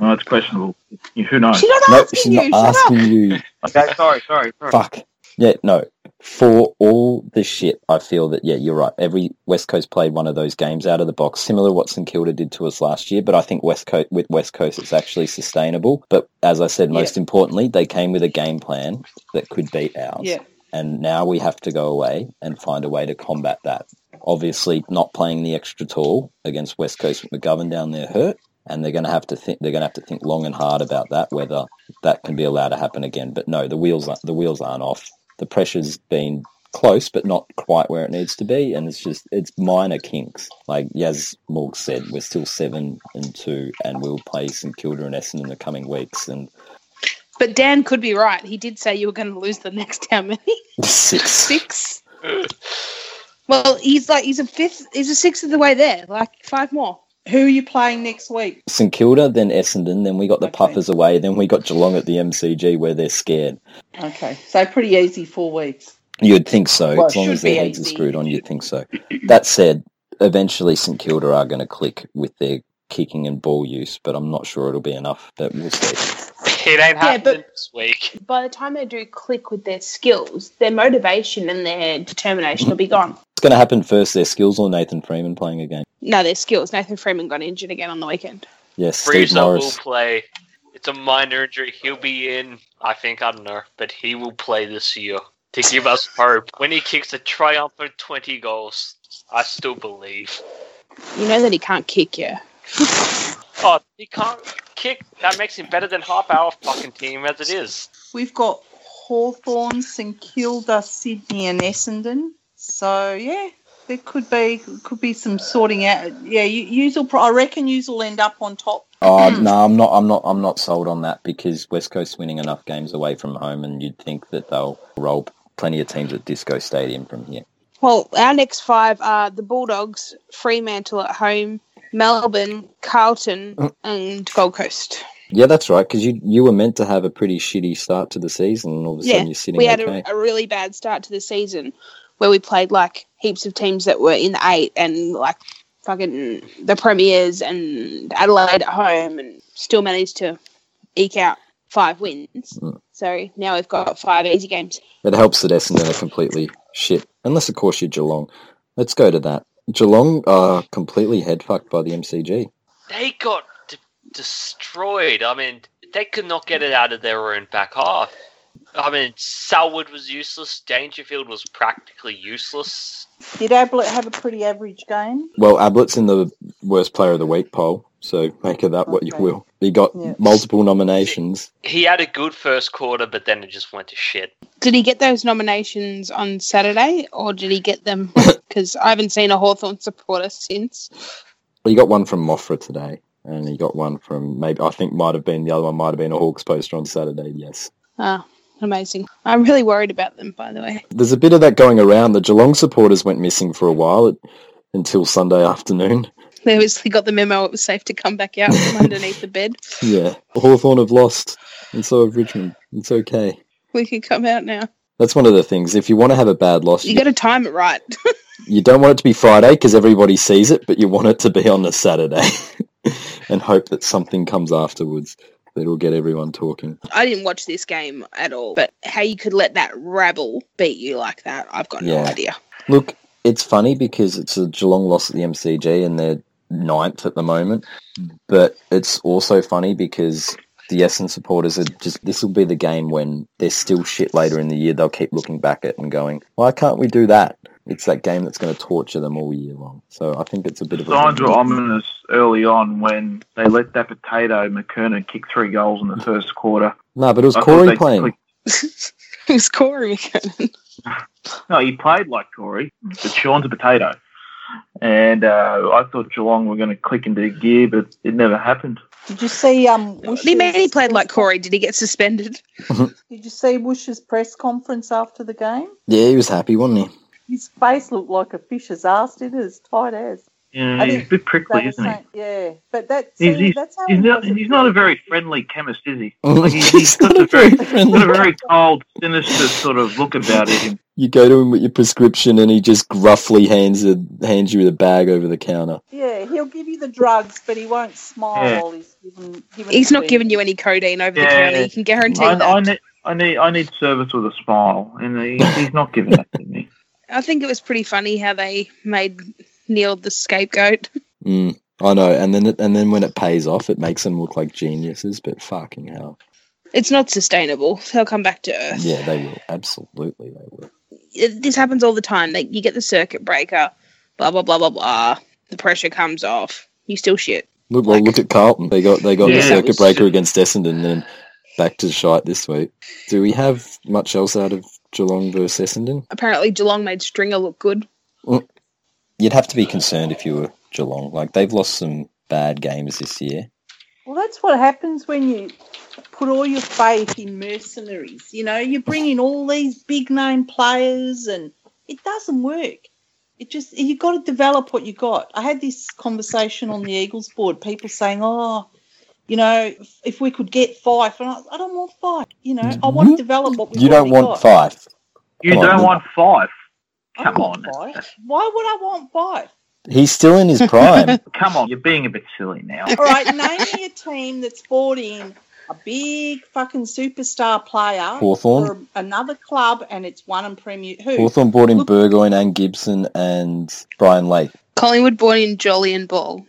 S4: Well, it's questionable. You- Who knows?
S6: She's not
S2: No, she's
S6: asking
S2: not
S6: you. Shut up.
S2: asking you.
S4: Okay, sorry, sorry, sorry.
S2: Fuck. Yeah, no. For all the shit, I feel that yeah, you're right. Every West Coast played one of those games out of the box, similar to what St Kilda did to us last year. But I think West Coast with West Coast, it's actually sustainable. But as I said, most importantly, they came with a game plan that could beat ours.
S5: Yeah.
S2: And now we have to go away and find a way to combat that. Obviously, not playing the extra tall against West Coast McGovern down there hurt, and they're going to have to think. They're going to have to think long and hard about that whether that can be allowed to happen again. But no, the wheels are- the wheels aren't off. The pressure's been close, but not quite where it needs to be, and it's just it's minor kinks. Like Yaz Morg said, we're still seven and two, and we'll play St Kilda and Essendon in the coming weeks, and
S6: But Dan could be right. He did say you were going to lose the next how many?
S2: six.
S6: Six. Well, he's like he's a fifth. He's a sixth of the way there. Like five more.
S5: Who are you playing next week?
S2: St Kilda, then Essendon, then we got the
S5: Okay.
S2: Puffers away, then we got Geelong at the MCG where they're scared.
S5: Okay. So pretty easy four weeks.
S2: You'd think so,
S5: Well,
S2: as
S5: it
S2: long
S5: should
S2: as their
S5: be
S2: heads are
S5: easy.
S2: screwed on. You'd think so. That said, eventually St Kilda are going to click with their kicking and ball use, but I'm not sure it'll be enough. But we'll see.
S3: It ain't happening this week.
S7: by the time they do click with their skills, their motivation and their determination will be gone.
S2: It's going to happen first. Their skills or Nathan Freeman playing a game.
S6: No, their skills. Nathan Freeman got injured again on the weekend.
S2: Yes, Steve
S3: Bruiser will
S2: Morris.
S3: play. It's a minor injury. He'll be in, I think, I don't know, but he will play this year to give us hope. When he kicks a triumphant 20 goals, I still believe.
S6: You know that he can't kick, yeah.
S3: Oh, he can't kick. That makes him better than half our fucking team as it is.
S5: We've got Hawthorn, St Kilda, Sydney and Essendon. So yeah, there could be could be some sorting out. Yeah, you, you'll pro- I reckon you'll end up on top.
S2: Oh
S5: Hmm.
S2: no, I'm not. I'm not. I'm not sold on that because West Coast winning enough games away from home, and you'd think that they'll roll plenty of teams at Disco Stadium from here.
S6: Well, our next five are the Bulldogs, Fremantle at home, Melbourne, Carlton, and Gold Coast.
S2: Yeah, that's right. Because you you were meant to have a pretty shitty start to the season, and all of a
S7: Yeah,
S2: sudden you're sitting
S7: we had
S2: okay.
S7: a, a really bad start to the season where we played like heaps of teams that were in the eight and like fucking the premiers and Adelaide at home and still managed to eke out five wins.
S2: Mm.
S7: So now we've got five easy games.
S2: It helps that Essendon are completely shit, unless of course you're Geelong. Let's go to that. Geelong are completely headfucked by the MCG.
S3: They got d- destroyed. I mean, they could not get it out of their own back half. I mean, Salwood was useless. Dangerfield was practically useless.
S5: Did Ablett have a pretty average game?
S2: Well, Ablett's in the worst player of the week poll, so make of that what you
S5: Okay.
S2: will. He got
S5: Yeah.
S2: multiple nominations.
S3: He had a good first quarter, but then it just went to shit.
S6: Did he get those nominations on Saturday or did he get them? Because I haven't seen a Hawthorn supporter since.
S2: He got one from Moffra today, and he got one from maybe I think might have been the other one might have been a Hawks poster on Saturday. Yes.
S6: Ah, amazing. I'm really worried about them, by the way.
S2: there's a bit of that going around. The Geelong supporters went missing for a while it, until Sunday afternoon.
S6: They obviously got the memo it was safe to come back out from underneath the bed.
S2: Yeah, Hawthorn have lost, and so have Richmond. It's okay.
S6: We can come out now.
S2: That's one of the things. If you want to have a bad loss,
S6: You
S2: you,
S6: got to time it right.
S2: you don't want it to be Friday because everybody sees it, but you want it to be on a Saturday and hope that something comes afterwards that'll get everyone talking.
S6: I didn't watch this game at all, but how you could let that rabble beat you like that, I've got no
S2: Yeah.
S6: idea.
S2: Look, it's funny because it's a Geelong loss at the MCG and they're ninth at the moment.
S4: Mm.
S2: But it's also funny because the Essendon supporters are just this will be the game when they're still shit later in the year. They'll keep looking back at and going, "Why can't we do that?" It's that game that's going to torture them all year long. So I think it's a bit of a
S4: Signs were ominous early on when they let that potato McKernan kick three goals in the first quarter.
S2: no, but it was
S4: I thought
S2: Corey
S4: they
S2: playing.
S4: clicked-
S6: it was Corey McKernan.
S4: No, he played like Corey, but Sean's a potato. And uh, I thought Geelong were going to click into gear, but it never happened.
S5: Did you see um?
S6: He
S5: Woosh's-
S6: man, he played like Corey. Did he get suspended?
S5: Did you see Woosh's press conference after the game?
S2: Yeah, he was happy, wasn't he?
S5: His face looked like a fish's ass. Did it as tight as.
S4: Yeah,
S5: I
S4: he's a
S5: think
S4: bit
S5: They
S4: prickly,
S5: were
S4: isn't he?
S5: saying- Yeah, but that's
S4: He's-
S5: that's how
S4: He's
S5: he
S4: not,
S5: does it.
S4: he's not a very friendly chemist, is he? Like, he's, he's
S2: He's
S4: got
S2: not
S4: a
S2: a very
S4: very, got
S2: friendly.
S4: a very cold, sinister sort of look about him.
S2: You go to him with your prescription, and he just gruffly hands the, hands you the bag over the counter.
S5: Yeah, he'll give you the drugs, but he won't smile
S4: Yeah.
S5: while he's giving. giving
S6: He's
S5: it
S6: not
S5: to
S6: giving you any codeine over the
S4: Yeah.
S6: counter. You can guarantee
S4: I,
S6: that.
S4: I, need, I need, I need service with a smile, and he, he's not giving that to me.
S6: I think it was pretty funny how they made Neil the scapegoat.
S2: Mm, I know, and then it, and then when it pays off, it makes them look like geniuses. But fucking hell,
S6: It's not sustainable. They'll come back to earth.
S2: yeah, they will absolutely they will.
S6: It- This happens all the time. Like you get the circuit breaker, blah blah blah blah blah. The pressure comes off. You still shit.
S2: Look, well, look at Carlton. They got they got
S4: Yeah,
S2: the
S4: that
S2: circuit
S4: was-
S2: breaker against Essendon, and back to shite this week. Do we have much else out of Geelong versus Essendon?
S6: Apparently Geelong made Stringer look good.
S2: You'd have to be concerned if you were Geelong. Like they've lost some bad games this year.
S5: Well, that's what happens when you put all your faith in mercenaries. You know, you bring in all these big name players, and it doesn't work. It just you got to develop what you got. I had this conversation on the Eagles board. People saying, "Oh, you know, if, if we could get five, and I, I don't want five. You know, I want to develop what we
S2: Mm-hmm. You don't want
S5: got.
S2: five.
S4: You
S2: Come on,
S4: don't
S2: Nick.
S4: want five.
S5: I don't
S4: Come
S5: want
S4: on.
S5: five. Why would I want five?
S2: He's still in his prime.
S4: Come on, you're being a bit silly now.
S5: All right, name me a team that's bought in a big fucking superstar player
S2: Hawthorn.
S5: for another club and it's won and premier. Who?
S2: Hawthorn brought in
S5: Look-
S2: Burgoyne and Gibson and Brian Lake.
S6: Collingwood brought in Jolly and Ball.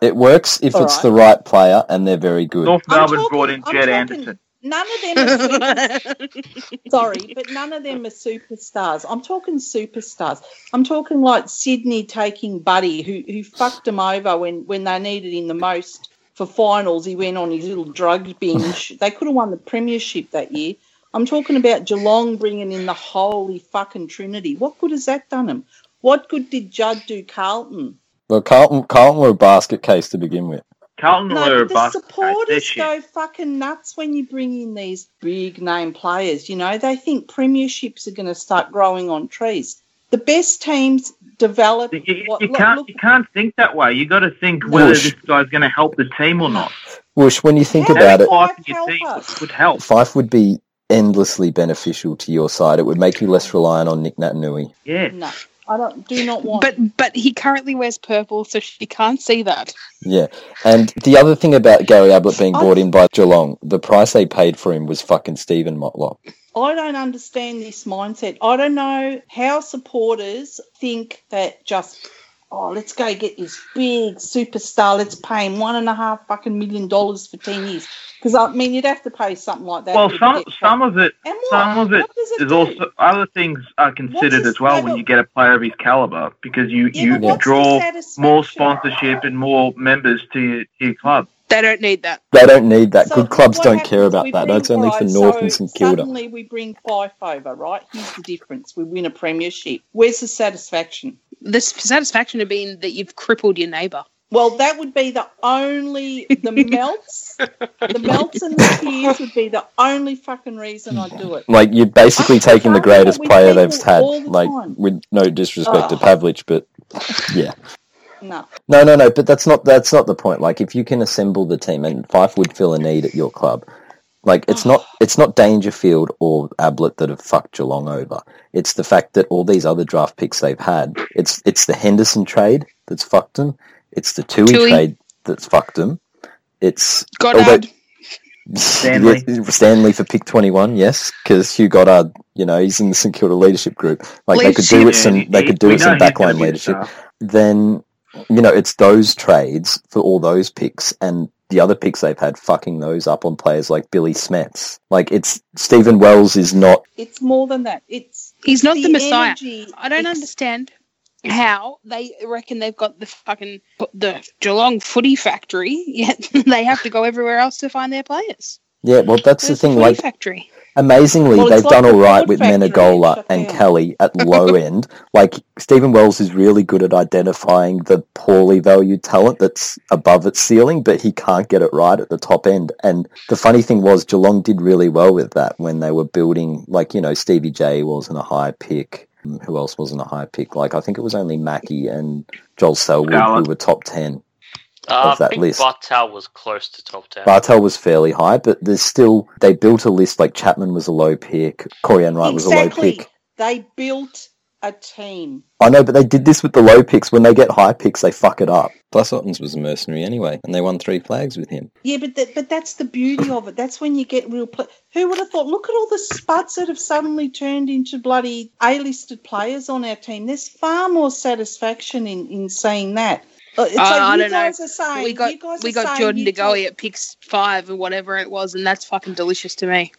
S2: It works if
S5: All
S2: it's
S5: right.
S2: the right player and they're very good.
S4: North
S5: I'm
S4: Melbourne
S5: talking-
S4: brought in
S5: I'm
S4: Jed
S5: talking-
S4: Anderson.
S5: None of them are super,
S6: That's
S5: sorry, but none of them are superstars. I'm talking superstars. I'm talking like Sydney taking Buddy, who who fucked him over when when they needed him the most for finals. He went on his little drug binge. they could have won the premiership that year. I'm talking about Geelong bringing in the holy fucking trinity. What good has that done him? What good did Judd do Carlton?
S2: Well, Carlton, Carlton were a basket case to begin with.
S4: Carlton were
S5: No,
S4: a
S5: but the
S4: basket case. They're
S5: supporters
S4: shit.
S5: go fucking nuts when you bring in these big name players. You know, they think premierships are going to start growing on trees. The best teams develop
S4: You, you-
S5: what
S4: you
S5: look,
S4: can't
S5: look
S4: you can't think that way. You got to think whether
S2: Whoosh.
S4: this guy's going to help the team or not.
S2: Whoosh, when you think
S5: How
S2: about
S5: did
S2: it,
S5: Fife
S4: Fife in
S5: help
S4: your team
S5: us?
S4: would help.
S2: Fife would be endlessly beneficial to your side. It would make you less reliant on Nick Natanui.
S4: Yeah.
S5: No, I don't. Do not want.
S6: But but he currently wears purple, so she can't see that.
S2: Yeah. And the other thing about Gary Ablett being
S5: I-
S2: brought in by Geelong, the price they paid for him was fucking Stephen Motlop.
S5: I don't understand this mindset. I don't know how supporters think that just, oh, let's go get this big superstar. Let's pay him one and a half fucking million dollars for 10 years. Because, I mean, you'd have to pay something like that.
S4: Well,
S5: to
S4: some
S5: get that.
S4: some of it
S5: and what?
S4: some of it
S5: What does it
S4: is
S5: do?
S4: also other things are considered
S5: his-
S4: as well
S5: yeah,
S4: when
S5: but-
S4: you get a player of his caliber because you
S5: Yeah,
S4: you
S5: but what's the
S4: draw
S5: satisfaction?
S4: more sponsorship and more members to your, to your club.
S6: They don't need that.
S2: They don't need that.
S5: So
S2: Good clubs
S5: what
S2: don't care
S5: happens? We
S2: about that.
S5: bring
S2: That's only for
S5: Fife,
S2: North
S5: so
S2: and St Kilda.
S5: Suddenly we bring Fife over, right? Here's the difference. We win a premiership. Where's the satisfaction?
S6: The s- satisfaction of being that you've crippled your neighbour.
S5: Well, that would be the only the melts, the melts and the tears would be the only fucking reason I'd do it.
S2: Like you're basically
S5: I
S2: taking the
S5: can't remember
S2: greatest
S5: with
S2: player they've
S5: people
S2: had.
S5: all the
S2: Like
S5: time.
S2: with no disrespect to
S5: Ugh.
S2: Pavlich, but yeah.
S5: No,
S2: No, no, no. But that's not that's not the point. Like, if you can assemble the team, and Fife would fill a need at your club. Like, it's not it's not Dangerfield or Ablett that have fucked Geelong over. It's the fact that all these other draft picks they've had. It's it's the Henderson trade that's fucked them. It's the Tui,
S6: Tui.
S2: trade that's fucked them. It's
S6: Goddard.
S4: Stanley.
S2: Yeah, Stanley for pick twenty one. Yes, because Hugh Goddard. You know, he's in the St Kilda leadership group. Like they could do
S6: Leadership.
S2: with some they could do
S4: we
S2: with some
S4: know he's
S2: backline
S4: gonna be the
S2: leadership
S4: star.
S2: then you know it's those trades for all those picks and the other picks they've had fucking those up on players like Billy Smets. Like it's Stephen Wells is not
S5: it's more than that. It's
S6: He's not the, Messiah.
S5: energy.
S6: I don't
S5: It's-
S6: understand how they reckon they've got the fucking the Geelong footy factory, yet they have to go everywhere else to find their players.
S2: yeah, well that's the
S6: Where's
S2: thing
S6: footy
S2: like
S6: factory?
S2: amazingly
S5: Well, it's
S2: they've
S5: like
S2: done
S5: the
S2: all right
S5: Ford
S2: with
S5: factory
S2: Menegola
S5: shut
S2: and
S5: down.
S2: Kelly at low end. Like Stephen Wells is really good at identifying the poorly valued talent that's above its ceiling but he can't get it right at the top end. And the funny thing was Geelong did really well with that when they were building like you know Stevie J wasn't a high pick. Who else wasn't a high pick? Like I think it was only Mackey and Joel Selwood who
S4: Garland.
S2: were top ten.
S3: Uh,
S2: Of that
S3: I think
S2: list.
S3: Bartel was close to top ten.
S2: Bartel was fairly high, but there's still they built a list like Chapman was a low pick, Corey Enright was a low
S5: exactly.
S2: pick.
S5: They built a team.
S2: I know, but they did this with the low picks. When they get high picks, they fuck it up. Plus, Ottens was a mercenary anyway, and they won three flags with him.
S5: Yeah, but that, but that's the beauty of it. That's when you get real. Play- Who would have thought? Look at all the spuds that have suddenly turned into bloody A-listed players on our team. There's far more satisfaction in, in saying that. Uh, It's
S6: I-
S5: like
S6: I
S5: you
S6: don't know.
S5: guys are saying
S6: we got
S5: you guys
S6: we
S5: are
S6: got
S5: saying
S6: Jordan
S5: you
S6: DeGoey
S5: take-
S6: at picks five or whatever it was, and that's fucking delicious to me.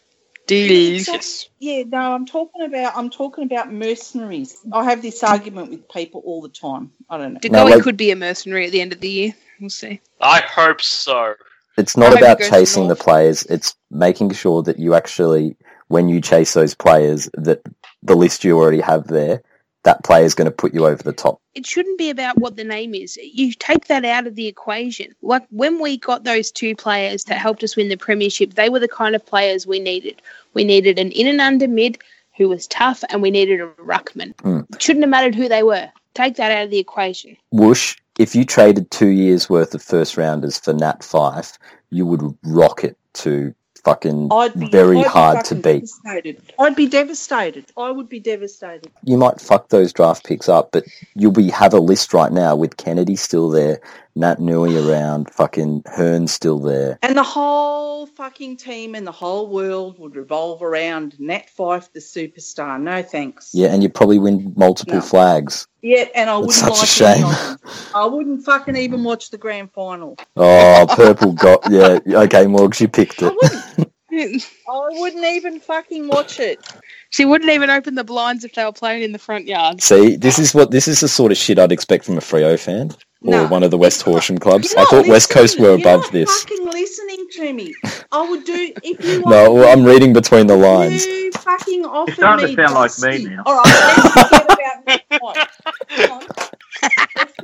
S5: Delicious.
S6: Delicious.
S5: Yeah, no, I'm talking about I'm talking about mercenaries. I have this argument with people all the time. I don't know.
S6: DeGoey
S2: No, like-
S6: could be a mercenary at the end of the year. We'll see.
S3: I hope so.
S2: It's
S6: I
S2: not
S6: hope
S2: about
S6: it goes
S2: chasing the
S6: north.
S2: players; it's making sure that you actually, when you chase those players, that the list you already have there, that player is going to put you over the top.
S6: It shouldn't be about what the name is. You take that out of the equation. Like when we got those two players that helped us win the premiership, they were the kind of players we needed. We needed an in and under mid who was tough, and we needed a ruckman.
S2: Hmm.
S6: It shouldn't have mattered who they were. Take that out of the equation.
S2: Whoosh, if you traded two years worth of first rounders for Nat Fife, you would rocket to fucking
S5: I'd be
S2: very
S5: I'd be
S2: hard to
S5: fucking
S2: beat.
S5: Devastated. I'd be devastated. I would be devastated.
S2: You might fuck those draft picks up, but you'll be have a list right now with Kennedy still there, Nat Nui around, fucking Hearn still there.
S5: And the whole fucking team and the whole world would revolve around Nat Fife, the superstar. No thanks.
S2: Yeah, and you probably win multiple
S5: No.
S2: flags.
S5: Yeah, and I
S2: It's
S5: wouldn't
S2: such a
S5: like
S2: shame.
S5: any of them. I wouldn't fucking even watch the grand final.
S2: Oh, purple got yeah. Okay, Morgs, you picked
S5: I
S2: it.
S5: wouldn't. I wouldn't even fucking watch it.
S6: She wouldn't even open the blinds if they were playing in the front yard.
S2: See, this is what this is the sort of shit I'd expect from a Frio fan or
S5: No,
S2: one of the West
S5: it's not.
S2: Horsham clubs.
S5: You're
S2: I
S5: not
S2: thought West Coast
S5: listening.
S2: were above
S5: You're not
S2: this.
S5: Fucking listening to me. I would do if you.
S2: No, well, I'm reading between the lines.
S5: You fucking offered
S4: starting to
S5: me.
S4: sound like
S5: Dusty.
S4: me now.
S5: All right, let's forget about Nick Fife. Hang on.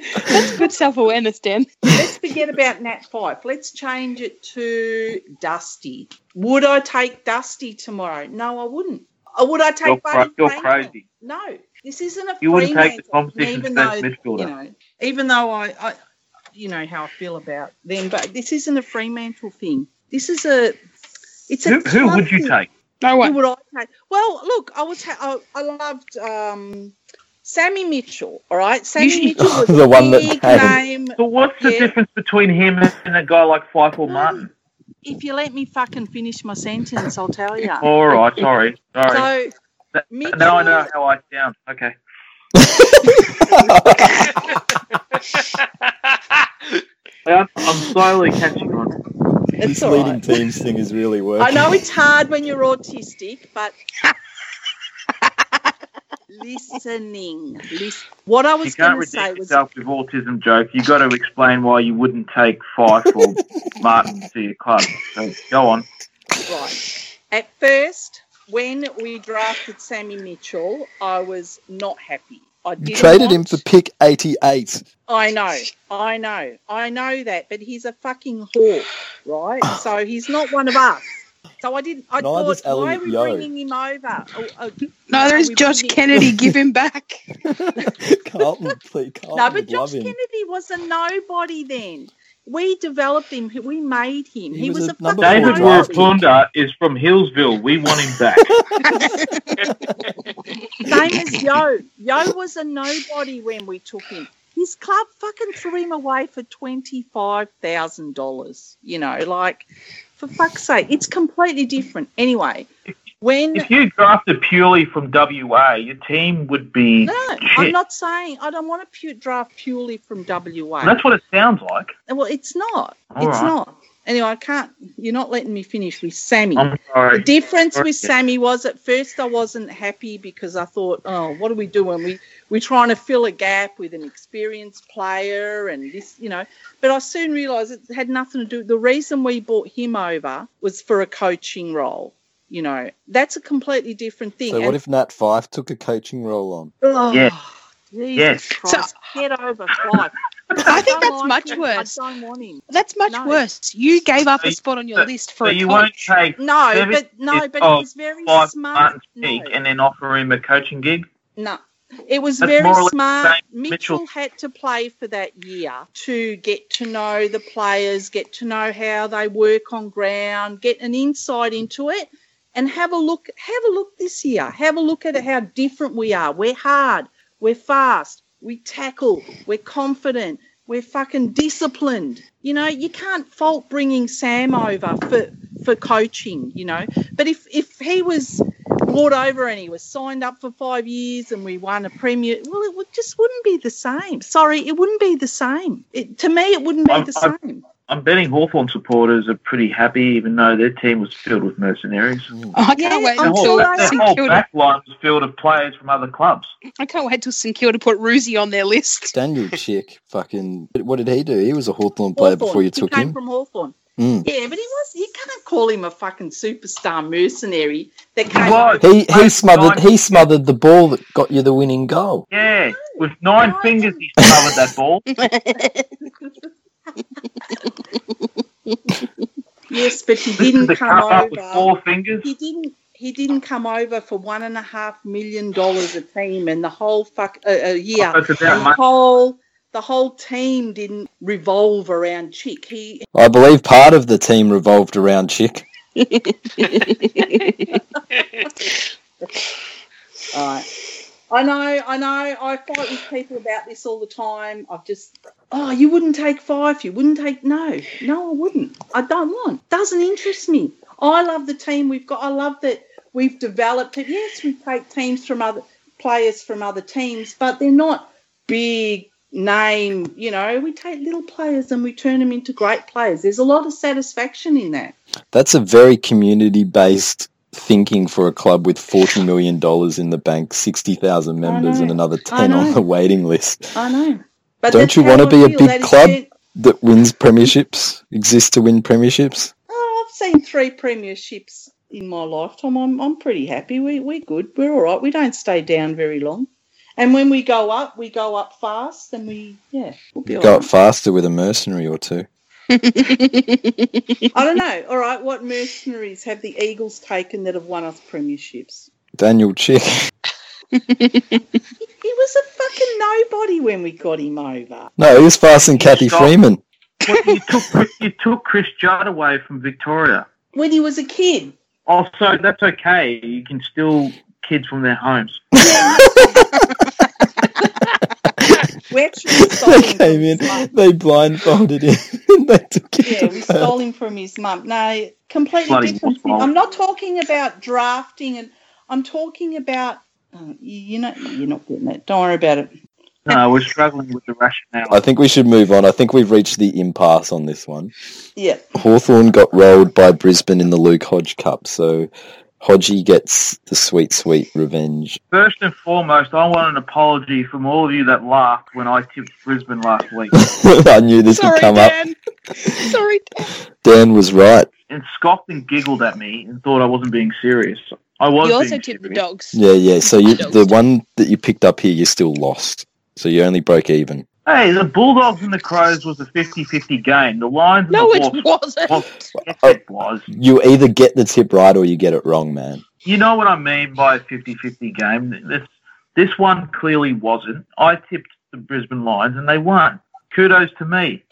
S6: That's good self awareness, Dan.
S5: Let's forget about Nat Fife. Let's change it to Dusty. Would I take Dusty tomorrow? No, I wouldn't. Or would I take
S4: You're, cra-
S5: Buddy
S4: you're
S5: Freeman?
S4: crazy.
S5: No, this isn't a
S4: You wouldn't
S5: Fremantle,
S4: take the competition
S5: even
S4: first
S5: though,
S4: midfielder.
S5: You know, even though I, I, you know how I feel about them. But this isn't a Fremantle thing. This is a it's a
S4: Who, who
S5: club
S4: would you
S5: thing.
S4: take?
S6: No
S5: Who
S6: one.
S5: would I take? Well, look, I was ha- I, I loved um, Sammy Mitchell. All right, Sammy Mitchell was
S2: The
S5: a
S2: one that
S5: big
S2: came.
S5: name.
S4: But what's the
S5: Yeah.
S4: difference between him and a guy like Fife or Martin?
S5: If you let me fucking finish my sentence, I'll tell you.
S4: All right, sorry, sorry.
S5: So
S4: That-
S5: Mitchell,
S4: now I know how I sound. Okay. I'm, I'm slowly catching on.
S5: it's
S2: this
S5: all
S2: leading
S5: right.
S2: teams thing is really working.
S5: I know it's hard when you're autistic, but listening. Listen. What I
S4: You
S5: was
S4: can't
S5: going to
S4: redeem
S5: say was
S4: yourself with autism joke. You got to explain why you wouldn't take Fife or Martin to your club. So go on.
S5: Right. At first, when we drafted Sammy Mitchell, I was not happy. I
S8: You
S5: didn't
S8: traded
S5: want-
S8: him for pick 88.
S5: I know, I know, I know that, but he's a fucking hawk, right? so he's not one of us. So I didn't. I
S2: Neither's
S5: thought, why
S2: Elliot
S5: are we
S2: Yeo.
S5: bringing him over? Oh, oh,
S6: Neither is
S5: we
S6: Josh
S5: bringing-
S6: Kennedy. Give him back.
S2: Carlton, please, Carlton
S5: No, but
S2: would
S5: Josh
S2: love him.
S5: Kennedy was a nobody then. We developed him. We made him.
S2: He
S5: He,
S2: was
S5: was,
S2: a
S5: a,
S2: number four
S5: fucking
S4: David
S2: David
S5: nobody.
S2: draft pick.
S4: Warapunda is from Hillsville. We want him back.
S5: Same as Yo. Yo was a nobody when we took him. His club fucking threw him away for twenty five thousand dollars. You know, like for fuck's sake, it's completely different. Anyway, when
S4: if you drafted purely from WA, your team would be.
S5: no,
S4: shit.
S5: I'm not saying I don't want to pu- draft purely from WA.
S4: That's what it sounds like.
S5: well, it's not.
S4: All
S5: it's
S4: right.
S5: not. Anyway, I can't. You're not letting me finish with Sammy.
S4: I'm
S5: The
S4: sorry.
S5: difference
S4: Sorry.
S5: with Sammy was at first I wasn't happy because I thought, oh, what are we doing? We we're trying to fill a gap with an experienced player and this, you know. But I soon realised it had nothing to do. The reason we bought him over was for a coaching role. You know, that's a completely different thing.
S2: So what if Nat Fife took a coaching role on?
S5: oh,
S4: Yeah.
S5: Jesus
S4: Yes.
S5: Christ, get over Clive.
S6: I think
S5: don't
S6: that's
S5: like
S6: much
S5: him.
S6: worse.
S5: I don't want him.
S6: That's much
S5: No.
S6: worse. You gave up a
S4: So-
S6: spot on your
S4: so-
S6: list for
S4: So
S6: a
S4: you won't
S6: coach.
S4: take
S5: No,
S4: Seven
S5: but no,
S4: is
S5: but it
S4: of
S5: was very
S4: five
S5: smart.
S4: Martin's
S5: No.
S4: peak and then offer him a coaching gig?
S5: No. It was
S4: That's more
S5: very
S4: or less the
S5: smart.
S4: same as
S5: Mitchell
S4: Mitchell.
S5: had to play for that year to get to know the players, get to know how they work on ground, get an insight into it, and have a look. Have a look this year. Have a look at how different we are. We're hard. We're fast. We tackle. We're confident. We're fucking disciplined. You know, you can't fault bringing Sam over for for coaching. You know, but if if he was brought over and he was signed up for five years and we won a premier. Well, it would, just wouldn't be the same. Sorry, it wouldn't be the same. It, to me, it wouldn't be
S4: I'm-
S5: the
S4: I'm-
S5: same.
S4: I'm betting Hawthorn supporters are pretty happy, even though their team was filled with mercenaries.
S6: Oh, I can't
S5: Yeah,
S6: wait
S5: I'm
S4: Their
S6: until
S4: whole,
S5: sure
S4: their
S5: they
S6: St
S4: whole
S6: Kilda.
S4: back line was filled with players from other clubs.
S6: I can't wait till St Kilda put Roosie on their list.
S2: Daniel Chick, fucking, what did he do? He was a Hawthorn player before you
S5: he
S2: took
S5: came
S2: him.
S5: from Hawthorn.
S2: Mm.
S5: Yeah, but he was. You can't call him a fucking superstar mercenary that came.
S4: was.
S5: over-
S2: He he
S4: Mate,
S2: smothered
S4: nine-
S2: he smothered the ball that got you the winning goal.
S4: Yeah, with nine
S5: No.
S4: fingers he covered that ball.
S5: Yes, but he
S4: This is
S5: didn't
S4: a
S5: come
S4: cup up with
S5: over.
S4: four fingers.
S5: He didn't. He didn't come over for one and a half million dollars a team, and the whole fuck uh, a year.
S4: That's about
S5: the
S4: money.
S5: whole the whole team didn't revolve around Chick. He
S2: I believe part of the team revolved around Chick.
S5: I know, I know, I fight with people about this all the time. I've just oh, you wouldn't take five, you wouldn't take no. No, I wouldn't. I don't want. Doesn't interest me. I love the team we've got. I love that we've developed it. Yes, we take teams from other players from other teams, but they're not big name, you know. We take little players and we turn them into great players. There's a lot of satisfaction in that.
S2: That's a very community based thinking for a club with forty million dollars in the bank, sixty thousand members,
S5: know.
S2: and another
S5: I
S2: ten on
S5: know.
S2: the waiting list.
S5: I know. But
S2: Don't
S5: that's
S2: you
S5: how
S2: wanna
S5: I
S2: be a
S5: feel.
S2: big
S5: That is
S2: club?
S5: gen-
S2: That wins premierships, exists to win premierships.
S5: Oh, I've seen three premierships in my lifetime. I'm I'm pretty happy. We we're good. We're all right. We don't stay down very long. And when we go up, we go up fast and we yeah, we'll be all
S2: Go up
S5: right.
S2: faster with a mercenary or two.
S5: I don't know. All right, what mercenaries have the Eagles taken that have won us premierships?
S2: Daniel Chick.
S5: He was was a fucking nobody when we got him over.
S2: No, he was passing Kathy
S4: Stop.
S2: Freeman.
S4: What, you took you took Chris Judd away from Victoria.
S5: When he was a kid.
S4: Also, that's okay. You can still kids from their homes.
S5: We actually stole
S2: they
S5: him from
S2: came in,
S5: his mum.
S2: they blindfolded him, and they took him.
S5: Yeah,
S2: to
S5: we
S2: Perth.
S5: stole him from his mum. No, completely
S4: Bloody
S5: different thing.
S4: waffle.
S5: I'm not talking about drafting, and I'm talking about oh, you know you're not getting it. Don't worry about it.
S4: No, we're struggling with the rationale.
S2: I think we should move on. I think we've reached the impasse on this one.
S5: Yeah,
S2: Hawthorn got rolled by Brisbane in the Luke Hodge Cup, so Hodgie gets the sweet, sweet revenge.
S4: First and foremost, I want an apology from all of you that laughed when I tipped Brisbane last week.
S2: I knew this
S3: Sorry,
S2: would come up.
S3: Dan. Sorry, Dan.
S2: Dan was right.
S4: And scoffed and giggled at me and thought I wasn't being serious. I was.
S3: You also
S4: being
S3: tipped the
S4: serious.
S3: dogs.
S2: Yeah, yeah. So you,
S3: Dogs.
S2: the one that you picked up here, you still lost. So you only broke even.
S4: Hey, the Bulldogs and the Crows was a 50-50 game. The Lions and
S3: No,
S4: the
S3: it wasn't.
S4: Hawks. Well, yes, it was.
S2: You either get the tip right or you get it wrong, man.
S4: You know what I mean by a 50-50 game. This, this one clearly wasn't. I tipped the Brisbane Lions and they won. Kudos to me.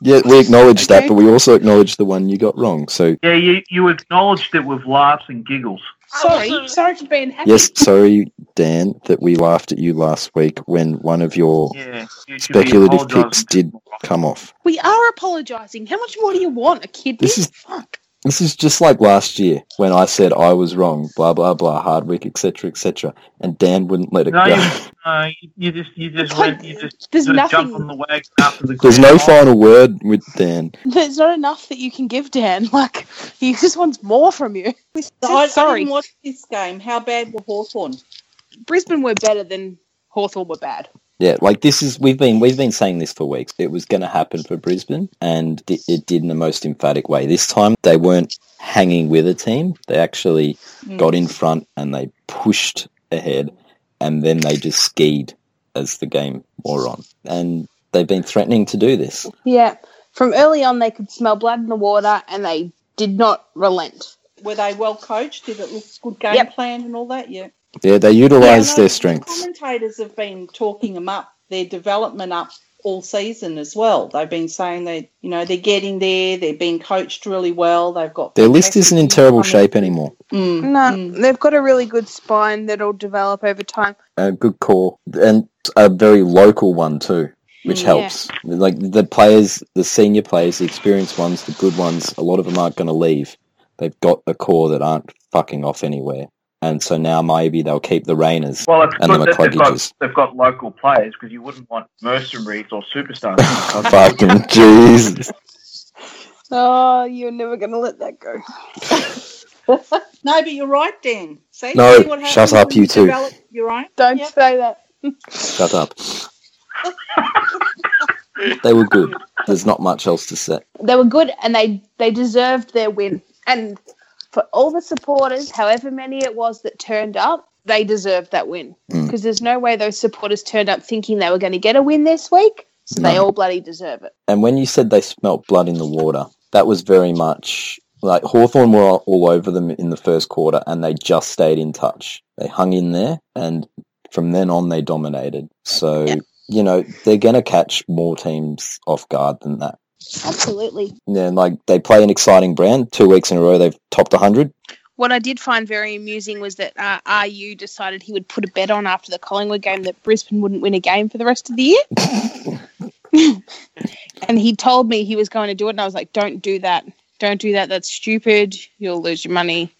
S2: Yeah, we acknowledge that,
S3: Okay.
S2: but we also acknowledge the one you got wrong. So
S4: Yeah, you, you acknowledged it with laughs and giggles.
S6: I
S3: Sorry,
S6: was-
S3: sorry for being happy.
S2: yes, sorry, Dan, that we laughed at you last week when one of your
S4: Yeah. you should be
S2: speculative
S4: apologising
S2: picks
S4: to
S2: did
S4: them.
S2: come off.
S3: We are apologising. How much more do you want? A kid?
S2: This is-
S3: fuck.
S2: This is just like last year when I said I was wrong, blah blah blah, Hardwick, etc., etc., and Dan wouldn't let it
S4: No,
S2: go.
S4: you- No, you- you just you just
S3: It's like-
S4: went, you just
S3: There's
S4: sort of jumped
S3: nothing.
S4: on the wagon after the
S2: There's no final word with Dan.
S3: There's not enough that you can give Dan. Like he just wants more from you. We said
S5: so I, I
S3: sorry.
S5: didn't watch this game. How bad were Hawthorn?
S3: Brisbane were better than Hawthorn were bad.
S2: Yeah, like this is we've been we've been saying this for weeks. It was going to happen for Brisbane, and it, it did in the most emphatic way. This time they weren't hanging with a team; they actually
S5: Mm.
S2: got in front and they pushed ahead, and then they just skied as the game wore on. And they've been threatening to do this.
S6: Yeah. From early on, they could smell blood in the water, and they did not relent.
S5: Were they well coached? Did it look good game
S6: Yep.
S5: plan and all that? Yeah.
S2: Yeah, they
S5: Yeah,
S2: utilised
S5: no,
S2: their strengths.
S5: Commentators have been talking them up, their development up all season as well. They've been saying that you know they're getting there, they're being coached really well. They've got
S2: Their list
S5: fantastic
S2: isn't in
S5: youth
S2: terrible
S5: coming.
S2: shape anymore.
S5: Mm,
S6: No,
S5: mm.
S6: they've got a really good spine that'll develop over time.
S2: A good call, and a very local one too. which
S5: Mm.
S2: helps. Like the players, the senior players, the experienced ones, the good ones, a lot of them aren't going to leave. They've got a core that aren't fucking off anywhere. And so now maybe they'll keep the Rainers.
S4: Well, it's
S2: And
S4: good
S2: the
S4: that they've
S2: McCluggages.
S4: got, they've got local players because you wouldn't want mercenaries or superstars. in the club.
S2: fucking Jesus.
S6: Oh, you're never going to let that go.
S5: No, but you're right, Dan. See,
S2: No,
S5: See what
S2: shut
S5: happens
S2: up,
S5: when
S2: you two.
S5: develop your own.
S6: Don't
S5: Yep.
S6: say that.
S2: Shut up. they were good. There's not much else to say.
S6: They were good, and they they deserved their win. And for all the supporters, however many it was that turned up, they deserved that win
S2: Mm.
S6: because there's no way those supporters turned up thinking they were going to get a win this week. So they
S2: No.
S6: all bloody deserve it.
S2: And when you said they smelt blood in the water, that was very much like Hawthorn were all over them in the first quarter and they just stayed in touch. They hung in there and from then on they dominated. So,
S6: Yeah.
S2: you know, they're going to catch more teams off guard than that.
S6: Absolutely.
S2: Yeah, and, like they play an exciting brand. Two weeks in a row they've topped 100.
S3: What I did find very amusing was that uh, RU decided he would put a bet on after the Collingwood game that Brisbane wouldn't win a game for the rest of the year. and he told me he was going to do it, and I was like, "Don't do that! Don't do that! That's stupid. You'll lose your money."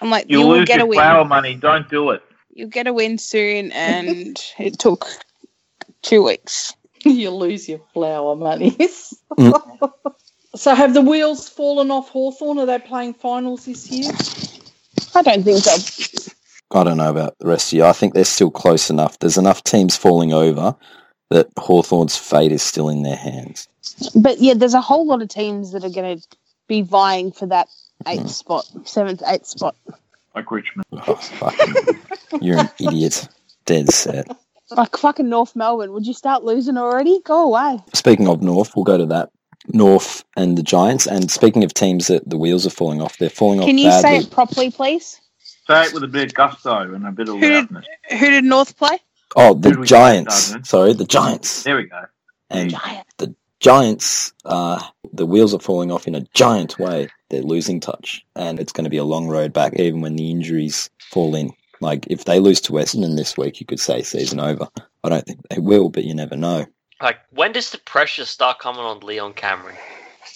S3: I'm like,
S4: You
S3: "You will
S4: lose
S3: get a
S4: your
S3: win.
S4: flower money. Don't do it.
S3: You'll get a win soon." And it took two weeks.
S5: you lose your flower money.
S2: Mm.
S5: so have the wheels fallen off Hawthorn? Are they playing finals this year?
S3: I don't think so.
S2: I don't know about the rest of you. I think they're still close enough. There's enough teams falling over that Hawthorn's fate is still in their hands.
S6: But yeah, there's a whole lot of teams that are going to be vying for that eighth spot, seventh, eighth spot.
S4: Like Richmond.
S2: Oh, fucking, you're an idiot. Dead set.
S6: Like fucking North Melbourne. Would you start losing already? Go away.
S2: Speaking of North, we'll go to that. North and the Giants. And speaking of teams that the wheels are falling off, they're falling
S6: Can
S2: off
S6: you
S2: badly.
S6: say it properly, please?
S4: Say it with a bit of gusto and a bit of
S3: Who did-
S4: loudness.
S3: Who did North play?
S2: Oh, the
S4: Who do we
S2: Giants.
S4: start with?
S2: Sorry, the Giants.
S4: There we go.
S2: And the Giants, uh, the wheels are falling off in a giant way. They're losing touch, and it's going to be a long road back, even when the injuries fall in. Like if they lose to Essendon this week, you could say season over. I don't think they will, but you never know.
S3: Like, when does the pressure start coming on Leon Cameron?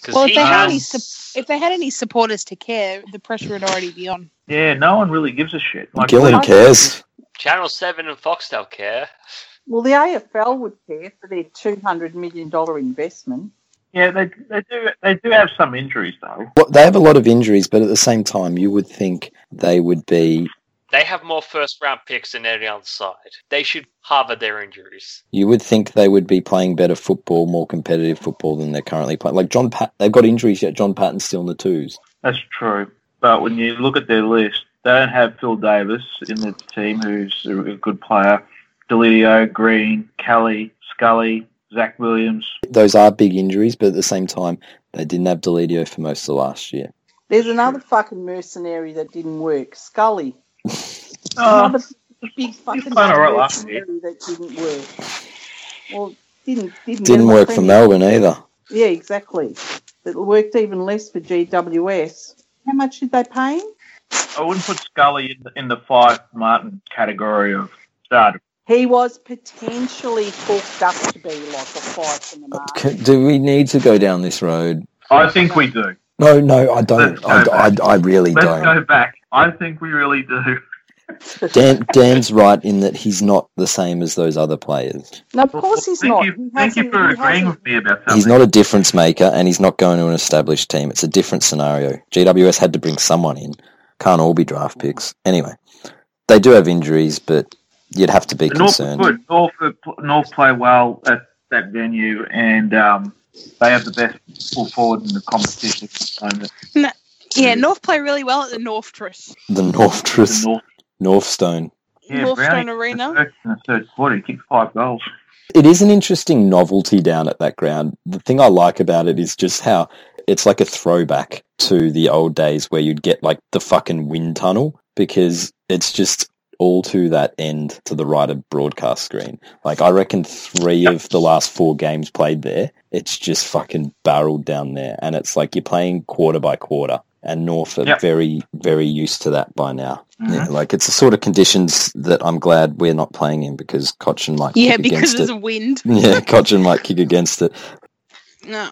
S3: Because
S9: Well, if
S3: he
S9: they had
S3: has.
S9: any sup- if they had any supporters to care, the pressure would already be on.
S4: Yeah, no one really gives a shit. Like,
S2: Gillen
S4: Leon-
S2: cares.
S3: Channel 7 and Foxtel care.
S5: Well, the AFL would care for their two hundred million dollar investment.
S4: Yeah, they, they do they do have some injuries though.
S2: Well, they have a lot of injuries, but at the same time, you would think they would be.
S3: They have more first round picks than any other side. They should harbour their injuries.
S2: You would think they would be playing better football, more competitive football than they're currently playing. Like John, Pat- they've got injuries yet. John Patton's still in the twos.
S4: That's true. But when you look at their list, they don't have Phil Davis in the team, who's a a good player. Delidio, Green, Kelly, Scully, Zach Williams.
S2: Those are big injuries, but at the same time, they didn't have Delidio for most of last year.
S5: There's another fucking mercenary that didn't work, Scully.
S4: Oh,
S5: another big fucking
S4: played all right last
S5: mercenary that didn't work. Well, didn't didn't
S2: Didn't
S5: get
S2: work for
S5: plenty.
S2: Melbourne either.
S5: Yeah, exactly. It worked even less for GWS. How much did they pay him?
S4: I wouldn't put Scully in the, in the five Martin category of starter.
S5: He was potentially talked up to be like a five in the market.
S2: C- Do we need to go down this road?
S4: I think we do.
S2: No, no, I don't.
S4: Let's go
S2: I, I, I really
S4: Let's
S2: don't.
S4: go back. I think we really do.
S2: Dan, Dan's right in that he's not the same as those other players.
S5: No, of course he's
S4: thank
S5: not.
S4: You,
S5: He
S4: thank you
S5: hasn't-
S4: for
S5: he
S4: agreeing
S5: hasn't-
S4: with me about
S2: He's
S4: something.
S2: not a difference maker, and he's not going to an established team. It's a different scenario. GWS had to bring someone in. Can't all be draft picks. Anyway, they do have injuries, but you'd have to be
S4: The North are
S2: concerned.
S4: good. North, are- North play well at that venue, and um, they have the best full forward in the competition at the moment.
S6: Yeah, North play really well at the Northtress.
S2: The North
S4: The
S2: Tris,
S4: North,
S2: North Stone.
S4: yeah,
S6: Northstone
S4: Brownie
S6: Arena.
S4: in the third quarter, he kicked five goals.
S2: It is an interesting novelty down at that ground. The thing I like about it is just how it's like a throwback to the old days where you'd get like the fucking wind tunnel because it's just all to that end to the right of broadcast screen. Like I reckon three of the last four games played there, it's just fucking barreled down there and it's like you're playing quarter by quarter and North are
S4: Yep.
S2: very, very used to that by now.
S4: Mhm.
S2: Yeah, like it's the sort of conditions that I'm glad we're not playing in because Cochin might
S6: Yeah,
S2: kick
S6: because
S2: against it.
S6: there's a wind.
S2: Yeah, Cochin might kick against it.
S6: No.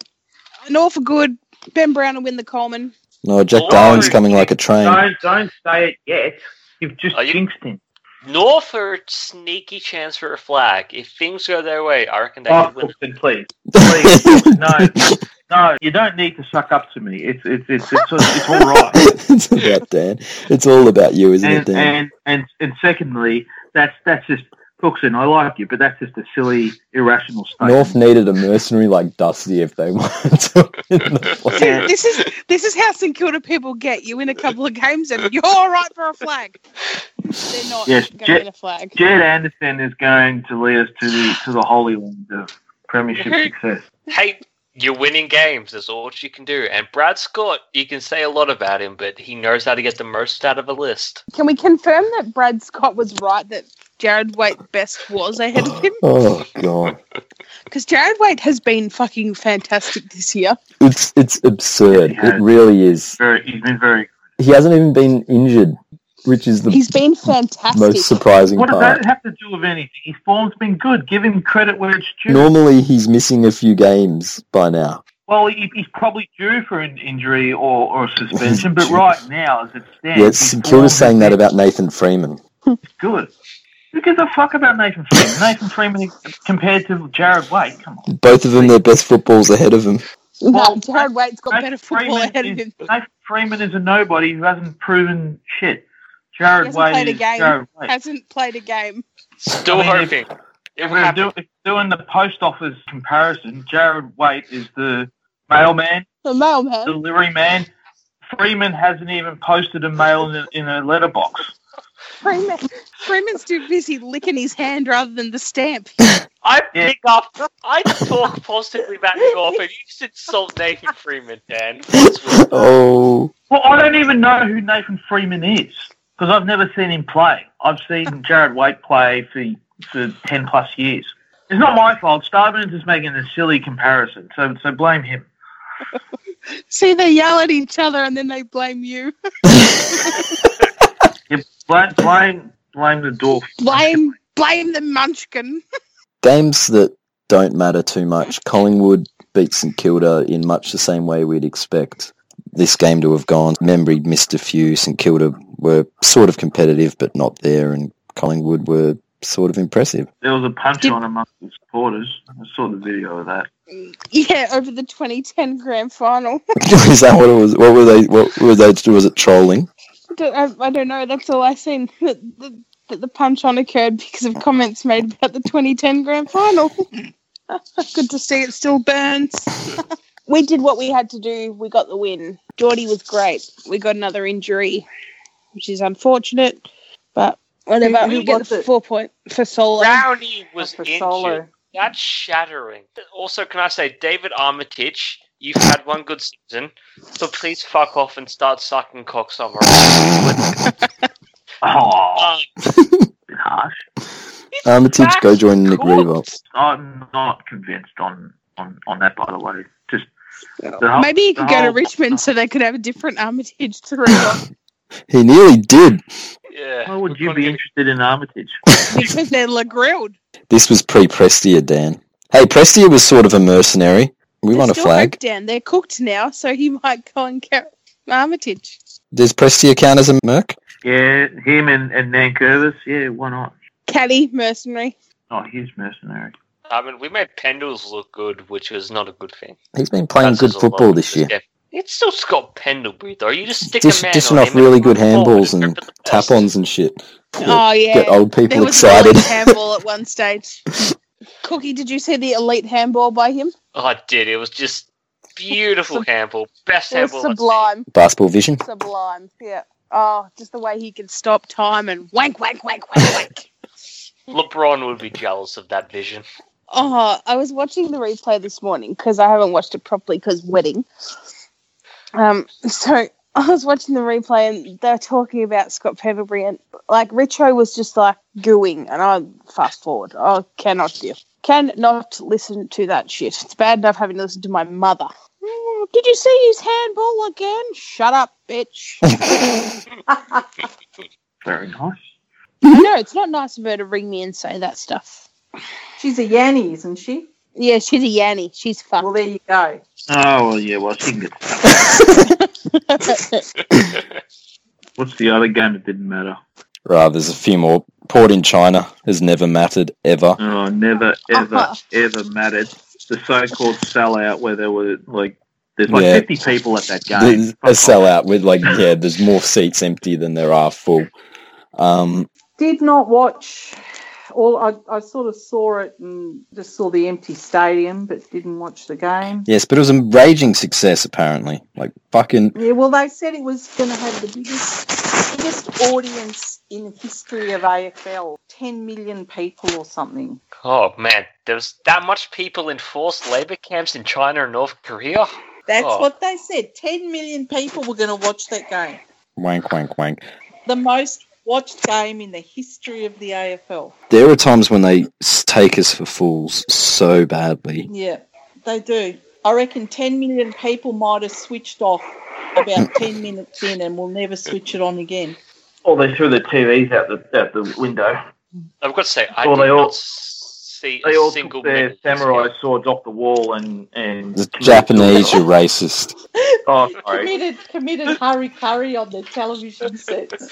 S6: North are good. Ben Brown will win the Coleman.
S2: No, Jack
S3: Oh,
S2: Darwin's coming like a train.
S4: Don't don't say it yet. You've just
S3: Are you-
S4: jinxed him.
S3: North are a sneaky chance for a flag. If things go their way, I reckon they
S4: Oh,
S3: could win.
S4: Wilson, please, please, no, no. You don't need to suck up to me. It's it's it's it's, it's all right.
S2: it's about Dan. It's all about you, isn't it,
S4: and,
S2: Dan?
S4: and and and secondly, that's that's just Cookson. I like you, but that's just a silly, irrational statement.
S2: North needed a mercenary like Dusty if they wanted to win the flag.
S4: Yeah.
S6: This is this is how St Kilda people get. You win a couple of games and you're all right for a flag. They're not
S4: Yes,
S6: going to
S4: Jet-
S6: win a flag.
S4: Jed Anderson is going to lead us to the to the holy land of premiership success.
S2: Oh.
S3: Hey, you're winning games. That's all you can do. And Brad Scott, you can say a lot about him, but he knows how to get the most out of a list.
S6: Can we confirm that Brad Scott was right that Jared Waite best was ahead of him?
S2: Oh god.
S6: Because Jared Waite has been fucking fantastic this year.
S2: It's it's absurd.
S4: Yeah.
S2: It really is.
S4: Very, he's been very.
S2: He hasn't even been injured, which is the
S6: He's been fantastic.
S2: most surprising
S4: What does
S2: part.
S4: that have to do with anything? His form's been good. Give him credit where it's due.
S2: Normally he's missing a few games by now.
S4: Well, he, he's probably due for an injury or, or a suspension, but
S2: Due.
S4: right now, as it stands,
S2: Yes,
S4: his
S2: St Kilda's
S4: form
S2: saying that
S4: has
S2: about Nathan Freeman.
S4: been good. Who gives a fuck about Nathan Freeman? Nathan Freeman compared to Jared Waite, come on.
S2: Both of them, their best footballs ahead of him.
S6: no,
S4: Well,
S6: Jared Waite's got
S4: Nathan
S6: better football
S4: Freeman
S6: ahead of
S4: is-
S6: him.
S4: Nathan Freeman is a nobody who hasn't proven shit.
S6: He
S4: Jared
S6: hasn't played
S4: Waite
S6: a
S4: is
S6: game.
S4: Jared Waite.
S6: Hasn't played a game.
S3: Still
S4: I mean, if-
S3: hoping. It
S4: If
S3: will
S4: we're
S3: happen.
S4: do, if doing the post office comparison, Jared Waite is the mailman,
S6: The mailman.
S4: delivery man. Freeman hasn't even posted a mail in a, in a letterbox.
S6: Freeman. Freeman's too busy licking his hand rather than the stamp.
S3: I
S4: Yeah.
S3: pick up. I talk positively about North, and you just insult Nathan Freeman, Dan.
S2: Oh,
S4: Well, I don't even know who Nathan Freeman is because I've never seen him play. I've seen Jared Waite play for for ten plus years. It's not my fault. Starburns is making a silly comparison, so so blame him.
S10: See, they yell at each other and then they blame you.
S4: Yeah, blame blame blame the dwarf.
S10: blame, blame the munchkin.
S2: Games that don't matter too much. Collingwood beat St Kilda in much the same way we'd expect this game to have gone. Membury missed a few. St Kilda were sort of competitive, but not there, and Collingwood were sort of impressive.
S4: There was a punch
S10: Did-
S4: on amongst the supporters. I saw the video of that.
S10: Yeah, over the 2010 grand final.
S2: Is that what it was? What were they? What were they? Was it trolling?
S10: I don't- I, I don't know. That's all I've seen. That the, that the punch on occurred because of comments made about the 2010 grand final. Good to see it still burns.
S6: We did what we had to do. We got the win. Geordie was great. We got another injury, which is unfortunate. But whatever.
S5: Who- who
S6: We get
S5: was
S6: the
S5: it?
S6: four point for solo.
S3: Brownie was
S5: for
S3: injured.
S5: solo.
S3: That's shattering. Also, can I say, David Armitage, you've had one good season, so please fuck off and start sucking cock somewhere. else.
S4: Oh,
S3: Uh,
S4: bit harsh.
S2: Armitage,
S3: back
S2: go join Nick
S3: cooked.
S2: Revolt.
S4: I'm not convinced on on on that. By the way, just the whole,
S10: Maybe he could
S4: the
S10: go to
S4: whole-
S10: Richmond so they could have a different Armitage to read
S2: He nearly did.
S3: yeah.
S4: Why would
S3: we're
S4: you
S3: gonna
S4: be
S3: get-
S4: interested in Armitage?
S10: because they're la grilled.
S2: This was pre Prestia, Dan. Hey, Prestia was sort of a mercenary. We
S10: There's
S2: want a
S10: still
S2: flag.
S10: hope, Dan. They're cooked now, so he might go and get Armitage.
S2: Does Prestia count as a merc?
S4: Yeah, him and and Nankervis. Yeah, why not?
S10: Caddy, mercenary.
S4: Not his mercenary.
S3: I mean, we made Pendles look good, which was not a good thing.
S2: He's been playing
S3: That's
S2: good
S3: just a lot
S2: football
S3: of
S2: this year.
S3: game. It's still Scott Pendlebury, though. You just stick
S2: Dish,
S3: a man
S2: dishing
S3: on
S2: off
S3: him and
S2: really
S3: throw
S2: good
S3: him forward
S2: handballs
S3: and
S2: and
S3: hope for the best.
S2: tap ons and shit.
S10: Oh, yeah.
S2: Get old
S10: There
S2: people
S10: was an
S2: excited.
S10: elite handball at one stage.
S6: Cookie, did you see the elite handball by him?
S3: Oh, I did. It was just beautiful
S6: Sub-
S3: handball. Best
S6: It was
S3: handball. I've seen.
S6: sublime.
S2: Basketball vision.
S6: Sublime. Yeah. Oh, just the way he could stop time and wank, wank, wank, wank, wank.
S3: LeBron would be jealous of that vision.
S6: Oh, I was watching the replay this morning because I haven't watched it properly because wedding. Um, so I was watching the replay and they were talking about Scott Pendlebury and like Richo was just like gooing and I fast forward. I cannot deal. Cannot listen to that shit. It's bad enough having to listen to my mother. "Oh, Did you see his handball again? Shut up, bitch.
S4: Very nice.
S6: no, it's not nice of her to ring me and say that stuff.
S5: She's a Yanny, isn't she?
S6: Yeah, she's a yanny. She's fucked.
S5: Well, there you go.
S4: Oh well, yeah. Well, she can get. What's the other game that didn't matter?
S2: Right, there's a few more. Port in China has never mattered ever.
S4: Oh, never, ever,
S6: Uh-huh.
S4: ever mattered. The so-called sellout, where there were like there's like
S2: Yeah.
S4: 50 people at that
S2: There's
S4: game.
S2: a sellout with like yeah, there's more seats empty than there are full. Um,
S5: Did not watch all. I, I sort of saw it and just saw the empty stadium, but didn't watch the game.
S2: yes, but it was a raging success apparently. Like fucking
S5: Yeah, well, they said it was going to have the biggest, biggest audience in the history of AFL 10 million people or something.
S3: Oh man, there's that much people in forced labor camps in China and North Korea.
S5: That's
S3: Oh.
S5: what they said. 10 million people were going to watch that game.
S2: wank wank wank.
S5: The most watched game in the history of the AFL.
S2: There are times when they s- take us for fools so badly.
S5: Yeah, they do. I reckon 10 million people might have switched off about 10 minutes in and will never switch it on again.
S4: Or Oh, they threw the TVs out the out the window.
S3: I've got to say, I
S4: Well,
S3: did
S4: they all-
S3: not see
S4: They
S3: a
S4: all
S3: single
S4: took their
S3: minute.
S4: samurai swords off the wall and and.
S2: The Japanese, you're racist.
S4: Oh, sorry.
S5: Committed, committed hurry curry on the television sets.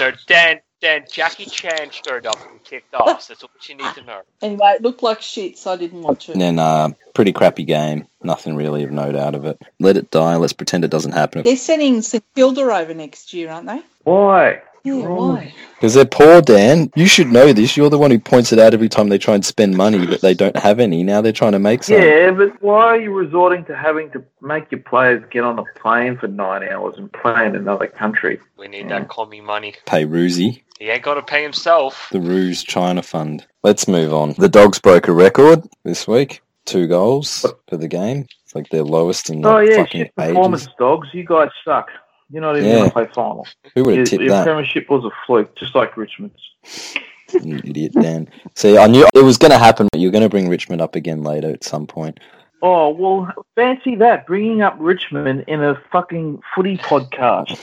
S3: No, Dan, Dan, Jackie Chan showed up and kicked ass. That's all you need to know.
S5: Anyway, it looked like shit, so I didn't watch it.
S2: And then uh, pretty crappy game. Nothing really of note out of it. Let it die. Let's pretend it doesn't happen.
S5: They're sending St Kilda over next year, aren't they?
S4: Why?
S5: Yeah, why?
S2: Because they're poor, Dan. You should know this. You're the one who points it out every time they try and spend money, but they don't have any. Now they're trying to make some.
S4: Yeah, but why are you resorting to having to make your players get on a plane for nine hours and play in another country?
S3: We need that commie money.
S2: Pay Roosie,
S3: He ain't got to pay himself.
S2: the Ruse China Fund. Let's move on. The Dogs broke a record this week. Two goals for the game. It's like their lowest in like
S4: oh yeah,
S2: fucking
S4: shit performance,
S2: ages.
S4: dogs. You guys suck. You're not even
S2: Yeah.
S4: going to play final.
S2: Who would
S4: Your,
S2: have tipped
S4: your
S2: that?
S4: premiership was a fluke, just like Richmond's.
S2: You idiot, Dan. See, I knew it was going to happen. You're going to bring Richmond up again later at some point.
S4: Oh well, fancy that bringing up Richmond in a fucking footy podcast.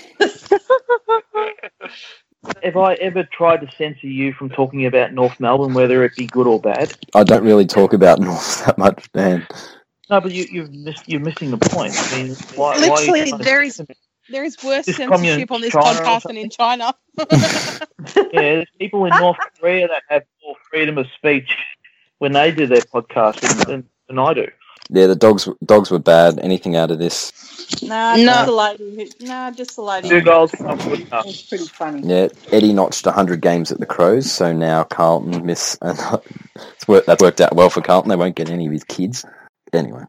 S4: Have I ever tried to censor you from talking about North Melbourne, whether it be good or bad?
S2: I don't really talk about North that much, Dan.
S4: No, but you, you've missed, you're missing the point. I mean, why, why are you
S6: Literally,
S4: trying to
S6: there is
S4: censor me?
S6: there is worse
S4: Is
S6: censorship
S4: communist
S6: on this
S4: China or
S6: podcast than in China.
S4: Yeah, there's people in North Korea that have more freedom of speech when they do their podcast than- than, than I do.
S2: Yeah, the dogs dogs were bad. Anything out of this?
S5: Nah,
S6: No.
S5: just the lady. Who, nah, just the lady.
S4: Two
S5: who-
S4: goals, one good
S5: It
S4: enough.
S5: was pretty funny.
S2: Yeah, Eddie notched 100 games at the Crows, so now Carlton miss. it's worked, that's worked out well for Carlton. They won't get any of his kids. Anyway,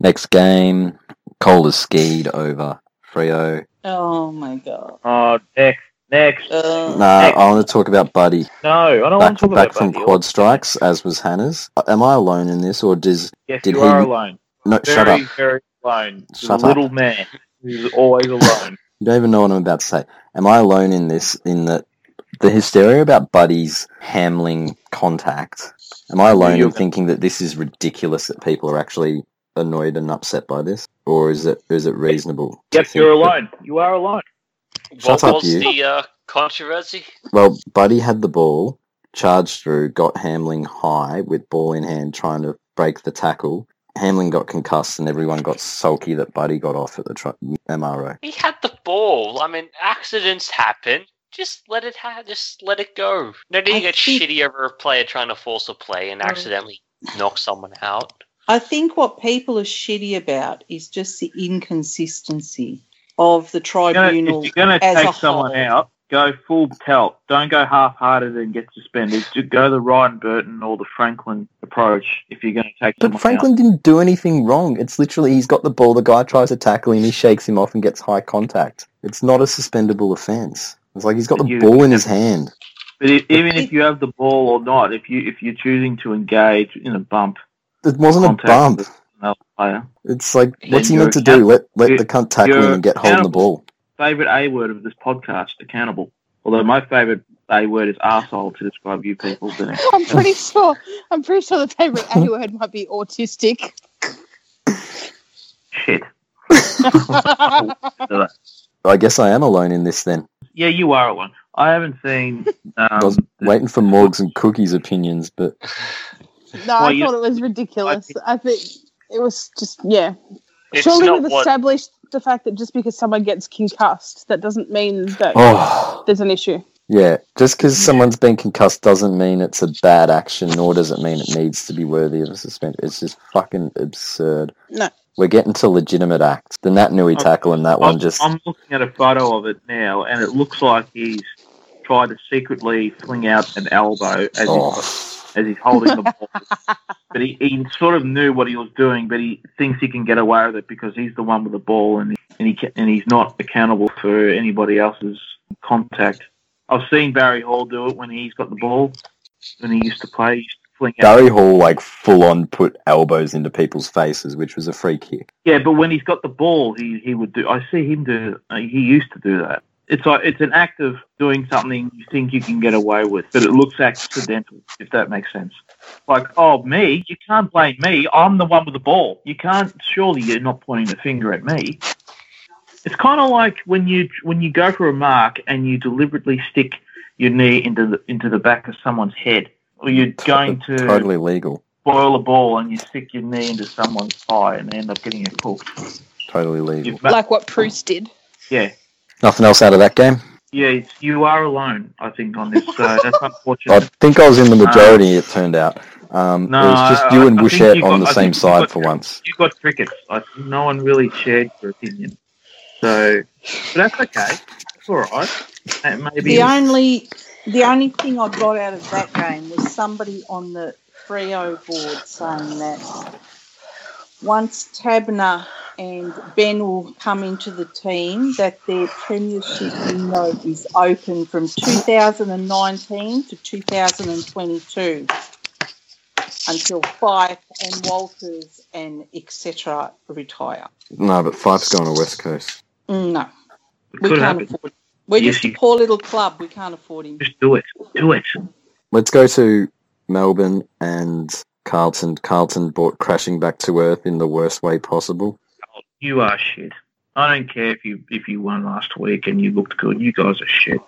S2: next game, Cole has skied over Frio.
S5: Oh my god.
S4: Oh, next, next.
S2: No,
S5: Uh,
S2: I want to talk about Buddy.
S4: No, I don't
S2: Back,
S4: want to talk
S2: back
S4: about
S2: from
S4: Buddy Hield.
S2: quad strikes, as was Hannah's. Am I alone in this, or does.
S4: Yes,
S2: Did
S4: you
S2: he-
S4: are alone.
S2: No,
S4: Very,
S2: shut up.
S4: very alone. He's
S2: Shut
S4: a
S2: up.
S4: little man who's always alone.
S2: You don't even know what I'm about to say. Am I alone in this? In that the hysteria about Buddy's Hamling contact. Am I alone in
S4: You're-
S2: thinking that this is ridiculous that people are actually annoyed and upset by this, or is it is it reasonable? to
S4: Yep,
S2: think
S4: you're
S2: that-
S4: alone. You are alone.
S2: Shut
S3: What
S2: up,
S3: was
S2: you.
S3: the uh, controversy?
S2: Well, Buddy had the ball, charged through, got Hamling high with ball in hand, trying to break the tackle. Hamling got concussed, and everyone got sulky that Buddy got off at the tri- MRO.
S3: He had the ball. I mean, accidents happen. Just let it ha- Just let it go. No need
S5: I
S3: to get
S5: think-
S3: shitty over a player trying to force a play and
S5: Mm.
S3: accidentally knock someone out.
S5: I think what people are shitty about is just the inconsistency of the
S4: You're gonna-
S5: tribunal
S4: if you're going to
S5: as a
S4: take
S5: whole.
S4: someone out, go full pelt. Don't go half-hearted and get suspended. Do- Go the Ryan Burton or the Franklin approach if you're going to take someone
S2: But Franklin didn't do anything wrong. It's literally he's got the ball, the guy tries to tackle him, he shakes him off and gets high contact. It's not a suspendable offence. It's like he's got the
S4: You-
S2: ball in his hand.
S4: out. But i even if you have the ball or not, if you if you're choosing to engage in a bump,
S2: It wasn't a
S4: contact
S2: bump.
S4: with another player,
S2: It's like what's he
S4: Then
S2: meant to
S4: you're
S2: do? Let let
S4: you-
S2: the cunt tackle him
S4: you're
S2: and get holding the ball.
S4: favorite A word of this podcast, accountable. Although my favorite A word is arsehole to describe you people. But
S6: I'm pretty sure. I'm pretty sure the favorite A word might be autistic.
S4: shit.
S2: I guess I am alone in this then.
S4: Yeah, you are one. I haven't seen.
S2: I was
S4: Um,
S2: waiting for Morgs and Cookie's opinions, but
S6: No,
S4: Well,
S6: I
S4: you-
S6: thought it was ridiculous. I think it was just yeah.
S3: It's
S6: Surely
S3: not
S6: we've
S3: what
S6: established the fact that just because someone gets concussed, that doesn't mean that
S2: oh
S6: there's an issue.
S2: yeah. Just because someone's been concussed doesn't mean it's a bad action, nor does it mean it needs to be worthy of a suspension. It's just fucking absurd.
S6: No.
S2: We're getting to legitimate acts. The Nat Nui
S4: I'm-
S2: tackle and that one
S4: I'm,
S2: just
S4: I'm looking at a photo of it now, and it looks like he's tried to secretly fling out an elbow as,
S2: oh,
S4: he's, as he's holding the ball. but he, he sort of knew what he was doing, but he thinks he can get away with it because he's the one with the ball, and he, and he ca- and he's not accountable for anybody else's contact. I've seen Barry Hall do it when he's got the ball when he used to play. He used to fling out
S2: Barry Hall like full on put elbows into people's faces, which was a free kick.
S4: Yeah, but when he's got the ball, he, he would do. I see him do. uh, He used to do that. It's like it's an act of doing something you think you can get away with, but it looks accidental. If that makes sense. Like, oh me, you can't blame me. I'm the one with the ball. You can't. Surely you're not pointing the finger at me. It's kind of like when you when you go for a mark and you deliberately stick your knee into the into the back of someone's head, or you're going to
S2: totally legal,
S4: boil a ball and you stick your knee into someone's thigh and they end up getting a hook.
S2: totally legal.
S4: You've ma-
S6: like what Proust did.
S4: yeah,
S2: Nothing else out of that game.
S4: yeah, it's, you are alone. I think on this, so that's
S2: I
S4: unfortunate.
S2: think I was in the majority. it turned out. Um,
S4: No,
S2: it was just you
S4: I-
S2: and
S4: I think
S2: Wishette
S4: you
S2: on
S4: got-
S2: the
S4: I
S2: same
S4: think you
S2: side
S4: got-
S2: for once.
S4: You got crickets. I, no one really shared your opinion, so but that's okay. It's all right. And maybe
S5: The only the only thing I got out of that game was somebody on the Frio board saying that once Tabner and Ben will come into the team, that their premiership window is open from 2019 to 2022 until Fife and Walters and etc. retire. Mm,
S2: No, but Fife's going to West Coast.
S5: No,
S4: it
S5: we
S4: could
S5: can't
S4: happen.
S5: afford. We're
S4: Yes,
S5: just
S4: you-
S5: a poor little club. We can't afford him.
S4: Just do it. Do it.
S8: Let's go to Melbourne and Carlton. Carlton brought crashing back to earth in the worst way possible.
S4: You are shit. I don't care if you if you won last week and you looked good. You guys are shit.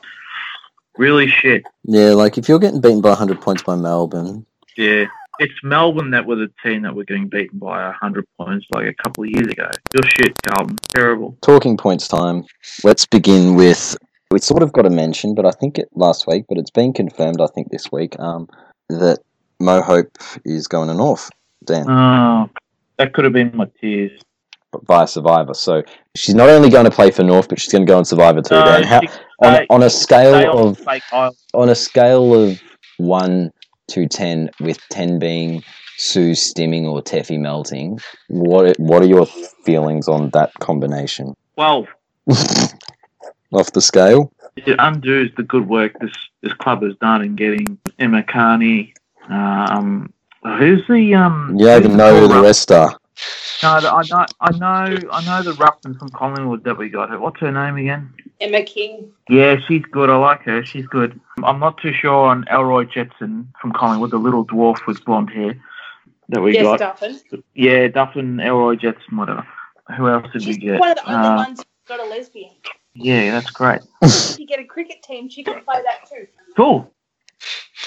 S4: Really shit.
S8: Yeah, like if you're getting beaten by 100 points by Melbourne,
S4: Yeah. It's Melbourne that were the team that were getting beaten by 100 points like a couple of years ago. You're shit, Carlton. Terrible.
S8: talking points time. Let's begin with. We sort of got a mention, but I think it last week, but it's been confirmed, I think, this week, um, that Mo Hope is going to North. Dan.
S4: Oh, that could have been my tears. Mm.
S8: via Survivor. So she's not only going to play for North, but she's going to go on Survivor too. Dan, how,
S4: she-
S8: on,
S4: uh,
S8: on a
S4: they
S8: scale
S4: all
S8: of
S4: fake aisle.
S8: on a scale of one to ten, with ten being Sue stimming or Teffy melting, what what are your feelings on that combination?
S4: 12.
S8: Off the scale,
S4: It undoes the good work this, this club has done in getting Emma Carney. Um, who's the. Um,
S8: you don't
S4: who's
S8: even know who
S4: tall
S8: the
S4: ruck-
S8: rest are.
S4: No, the- I know, I know, I know the Ruffman from Collingwood that we got. What's her name again?
S11: Emma King.
S4: Yeah, she's good. I like her. She's good. I'm not too sure on Elroy Jetson from Collingwood, the little dwarf with blonde hair that we
S11: yes,
S4: got.
S11: Duffin.
S4: Yeah, Duffin, Elroy Jetson, whatever. Who else did
S11: She's
S4: we get?
S11: one of the only
S4: Uh,
S11: ones who got a lesbian.
S4: Yeah, that's great.
S11: If you get a cricket team, she can play that too.
S4: Cool.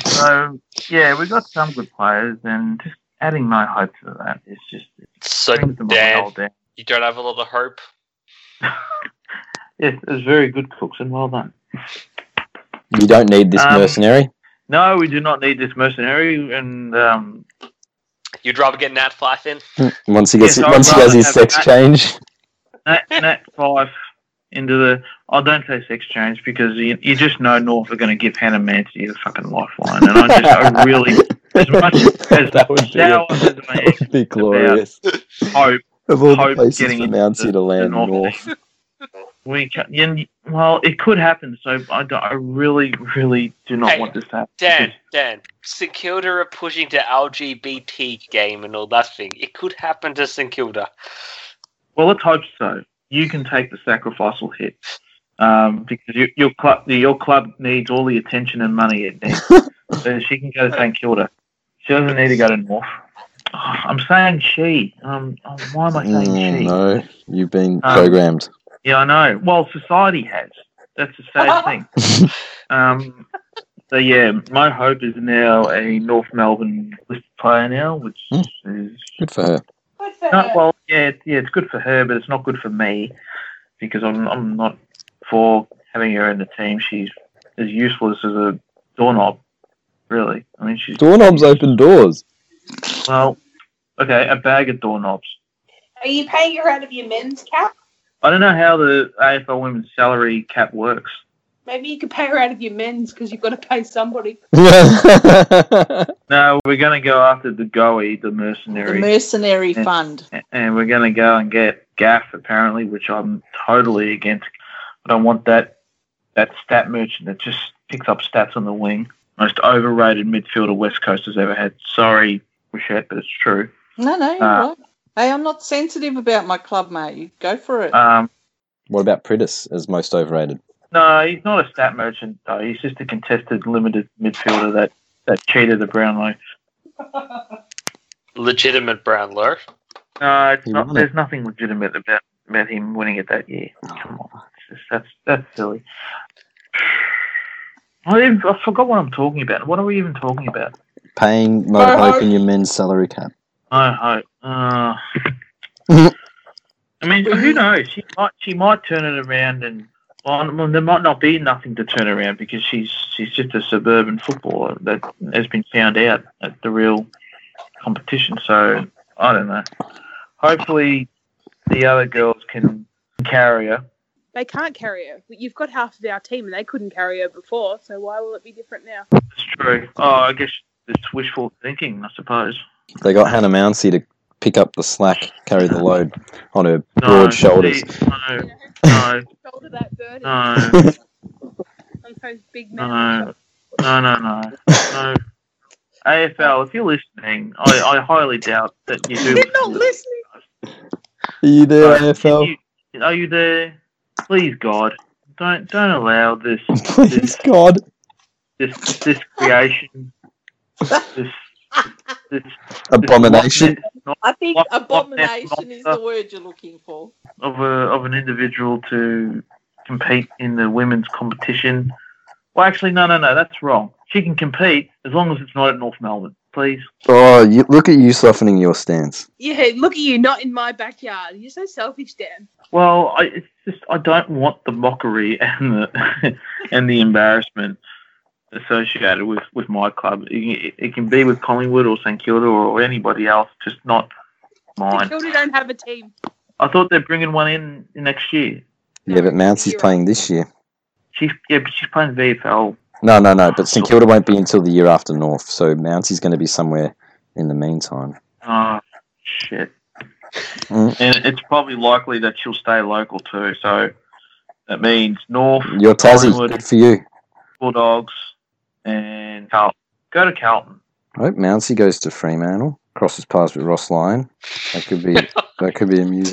S4: So yeah, we got some good players, and just adding my hope to that is just it
S3: So,
S4: brings the
S3: Dan,
S4: morale down.
S3: you don't have a lot of hope.
S4: Yeah, it was very good, Cooks, and well done.
S8: You don't need this
S4: Um,
S8: mercenary.
S4: No, we do not need this mercenary, and um,
S3: You'd rather get Nat Fife in.
S8: Once he gets
S4: yes, I would
S8: once he does
S4: rather
S8: his
S4: have
S8: sex
S4: that.
S8: change,
S4: Nat, Nat Fife into the. I don't say sex change because you, you just know North are going to give Hannah Mancy a fucking lifeline, and I just I really as much as
S8: that would be,
S4: sour as my
S8: that would be glorious.
S4: hope
S8: Of all the
S4: hope
S8: places
S4: getting
S8: for
S4: into
S8: Mountsie
S4: the-
S8: to land
S4: North
S8: north.
S4: we can. you- Well, it could happen, so I, don't- I really, really do not
S3: Hey,
S4: want this to happen.
S3: Dan, Dan, St Kilda are pushing to LGBT game and all that thing. It could happen to St Kilda.
S4: Well, let's hope so. You can take the sacrificial hit. Um, because you, your club, your club needs all the attention and money it needs. so she can go to St Kilda. She doesn't need to go to North. Oh, I'm saying she. Um, oh, why am I saying
S8: Mm,
S4: she?
S8: no, you've been
S4: Um,
S8: programmed.
S4: Yeah, I know. Well, society has. That's a sad thing. Um, so yeah, my hope is now a North Melbourne list player now, which
S8: Hmm.
S4: is
S8: Good for her.
S11: Good for
S4: No,
S11: her.
S4: well, yeah, it's, yeah, it's good for her, but it's not good for me because I'm I'm not for having her in the team. She's as useless as a doorknob, really. I mean, she's
S8: Doorknobs open doors.
S4: well, okay, a bag of doorknobs.
S11: Are you paying her out of your men's cap?
S4: I don't know how the AFL women's salary cap works.
S11: Maybe you could pay her out of your men's because you've got to pay somebody.
S8: That's
S4: No, we're gonna go after the goey, the mercenary,
S5: The mercenary
S4: Yeah.
S5: fund.
S4: a- and we're gonna go and get Gaff apparently, which I'm totally against. I don't want that that stat merchant that just picks up stats on the wing. Most overrated midfielder West Coast has ever had. Sorry, Richette, but it's true.
S5: No, no, you're
S4: Uh,
S5: right. Hey, I'm not sensitive about my club, mate. You go for it.
S4: Um,
S8: what about Pritis as most overrated?
S4: no, he's not a stat merchant though. He's just a contested limited midfielder that that cheated the Brownlow.
S3: Legitimate Brownlow.
S4: No, it's
S8: He
S4: not,
S8: won it.
S4: there's nothing legitimate about about him winning it that year. Come on, it's just, that's that's silly. I, even, I forgot what I'm talking about. What are we even talking about?
S8: Paying Mo
S5: Mo
S8: Hope
S5: Hope.
S8: in your men's salary cap.
S4: I hope. Uh, I mean, who knows? She might. She might turn it around, and well, well, there might not be nothing to turn around because she's she's just a suburban footballer that has been found out at the real competition. So I don't know. Hopefully, the other girls can carry her.
S6: They can't carry her. You've got half of our team and they couldn't carry her before, so why will it be different now?
S4: It's true. Oh, I guess it's wishful thinking, I suppose.
S8: They got Hannah Mouncey to pick up the slack, carry the load on her
S4: No,
S8: broad shoulders.
S4: see, no,
S7: Um,
S4: no,
S6: Shoulder that burden
S7: uh,
S4: no.
S6: on those big men.
S4: No, no, no, no, no. AFL, if you're listening, I, I highly doubt that you do.
S6: They're not listening.
S8: Are you there,
S4: But
S8: AFL?
S4: can you- are you there? Please, God, don't don't allow this.
S8: Please, God.
S4: This this creation. This this
S8: Abomination.
S5: I think
S4: Lock- lock down
S5: abomination is the
S4: monster.
S5: word you're looking for.
S4: of a of an individual to compete in the women's competition. Well, actually, no, no, no, that's wrong. She can compete as long as it's not at North Melbourne, please.
S8: Oh, you, look at you softening your stance.
S6: Yeah, look at you, not in my backyard. You're so selfish, Dan.
S4: Well, I, it's just I don't want the mockery and the and the embarrassment associated with, with my club. It, it can be with Collingwood or St Kilda or, or anybody else, just not
S6: The
S4: mine.
S6: Kilda don't have a team.
S4: I thought they're bringing one in next year.
S8: Yeah, but Mounts is
S6: You're
S8: playing this year.
S4: She's yeah, but she's playing VFL.
S8: No, no, no. But St Kilda won't be until the year after North, so Mounts is going to be somewhere in the meantime.
S4: Oh shit!
S8: Mm.
S4: And it's probably likely that she'll stay local too. So that means North
S8: Your Tassie,
S4: Collingwood.
S8: good for you.
S4: Bulldogs and Carlton. Go to Carlton.
S8: I hope Mountsy goes to Fremantle, crosses paths with Ross Lyon. That could be that could be amusing.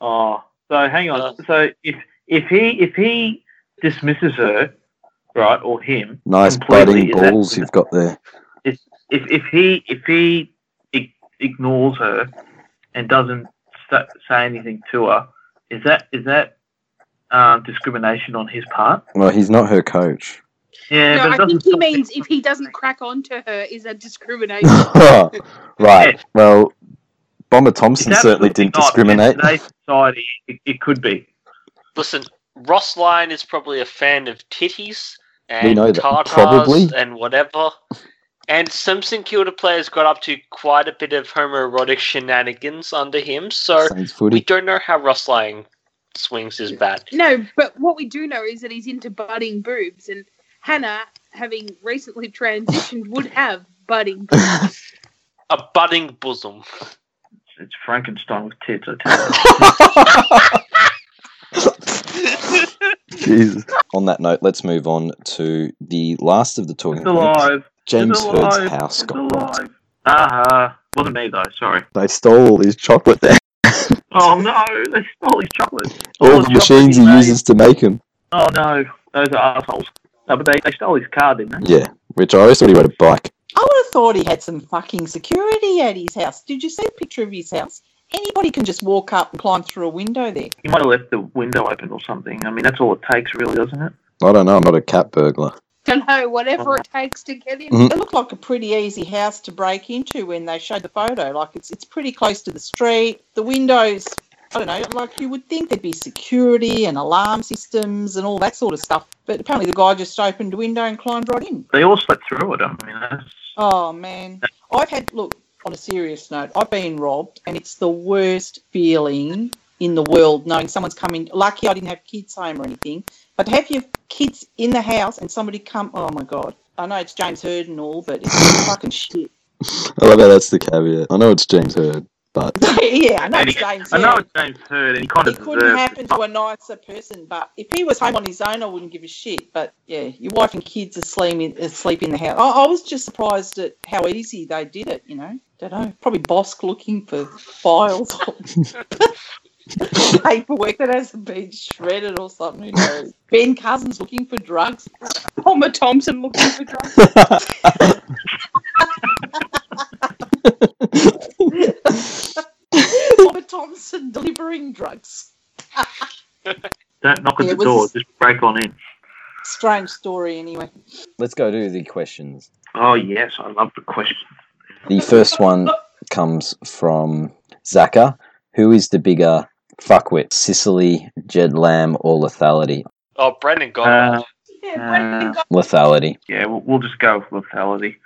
S4: Oh, so hang on.
S3: Uh.
S4: so if if he if he dismisses her, right, or him,
S8: nice
S4: completely,
S8: budding
S4: is that-
S8: balls you've got there.
S4: if if he if he ig- ignores her and doesn't sa say anything to her, is that is that um, discrimination on his part?
S8: Well, he's not her coach.
S4: Yeah, but
S6: no,
S4: it
S6: I
S4: doesn't
S6: think he
S4: stop me-
S6: means if he doesn't crack on to her is a discrimination.
S8: right. Well, Bomber Thompson
S4: It's
S8: certainly
S4: absolutely
S8: didn't
S4: not.
S8: discriminate.
S4: In today's society, it, it could be.
S3: Listen, Ross Lyon is probably a fan of titties and
S8: We know that,
S3: tartars
S8: probably.
S3: and whatever. And Simpson Kilda players got up to quite a bit of homoerotic shenanigans under him, so
S8: Saints
S3: we
S8: footy.
S3: don't know how Ross Lyon swings his bat.
S6: No, but what we do know is that he's into budding boobs, and Hannah, having recently transitioned, would have budding boobs.
S3: A budding bosom.
S4: It's Frankenstein with tits. I tell you.
S8: Jesus. On that note, let's move on to the last of the talking
S4: It's
S8: points.
S4: alive.
S8: James
S4: It's alive.
S8: Heard's house
S4: It's
S8: got robbed.
S4: alive. Aha. Uh-huh. Wasn't me though. Sorry.
S8: They stole all his chocolate there.
S4: Oh no! They stole his chocolate.
S8: All
S4: All
S8: the
S4: the chocolate
S8: machines
S4: he
S8: he
S4: made.
S8: uses to make them.
S4: Oh no! Those are assholes. No, but they, they stole his car, didn't
S8: Yeah, which I always thought he rode a bike.
S5: I would have thought he had some fucking security at his house. Did you see a picture of his house? Anybody can just walk up and climb through a window there.
S4: they? He might have left the window open or something. I mean, that's all it takes, really, doesn't it?
S8: I don't know. I'm not a cat burglar.
S6: don't know, whatever it takes to get in.
S8: Mm.
S5: It looked like a pretty easy house to break into when they showed the photo. Like it's it's pretty close to the street. The windows, I don't know, like you would think there'd be security and alarm systems and all that sort of stuff. But apparently the guy just opened a window and climbed right in.
S4: They all slept through it. I mean, that's
S5: Oh man, I've had look on a serious note. I've been robbed, and it's the worst feeling in the world knowing someone's coming. Lucky I didn't have kids home or anything, but to have your kids in the house and somebody come. Oh my god! I know it's James Heard and all, but it's fucking shit.
S8: I love how Oh, that's the caveat. I know it's James Heard, but
S5: yeah, I know it's James
S4: I know
S5: Heard.
S4: it's James Heard, and he kind of
S5: It couldn't
S4: deserves
S5: happen to a nicer person, but if he was home on his own, I wouldn't give a shit. But yeah, your wife and kids asleep in, asleep in the house. I, I was just surprised at how easy they did it, you know. Don't know, probably Bosk looking for files or paperwork that hasn't been shredded or something. Who knows? Ben Cousins looking for drugs.
S6: Homer Thompson looking for drugs.
S5: Robert Thompson delivering drugs.
S4: Don't knock at
S5: Yeah,
S4: the
S5: it was-
S4: door. Just break on in.
S5: Strange story, anyway.
S8: let's go to the questions.
S4: Oh yes, I love the question.
S8: The first one comes from Zaka. Who is the bigger fuckwit, Sicily, Jed Lamb, or Lethality?
S3: Oh, Brendan Goddard.
S4: Uh,
S6: Yeah, Brendan got
S8: Lethality.
S4: Yeah, we'll, we'll just go with lethality.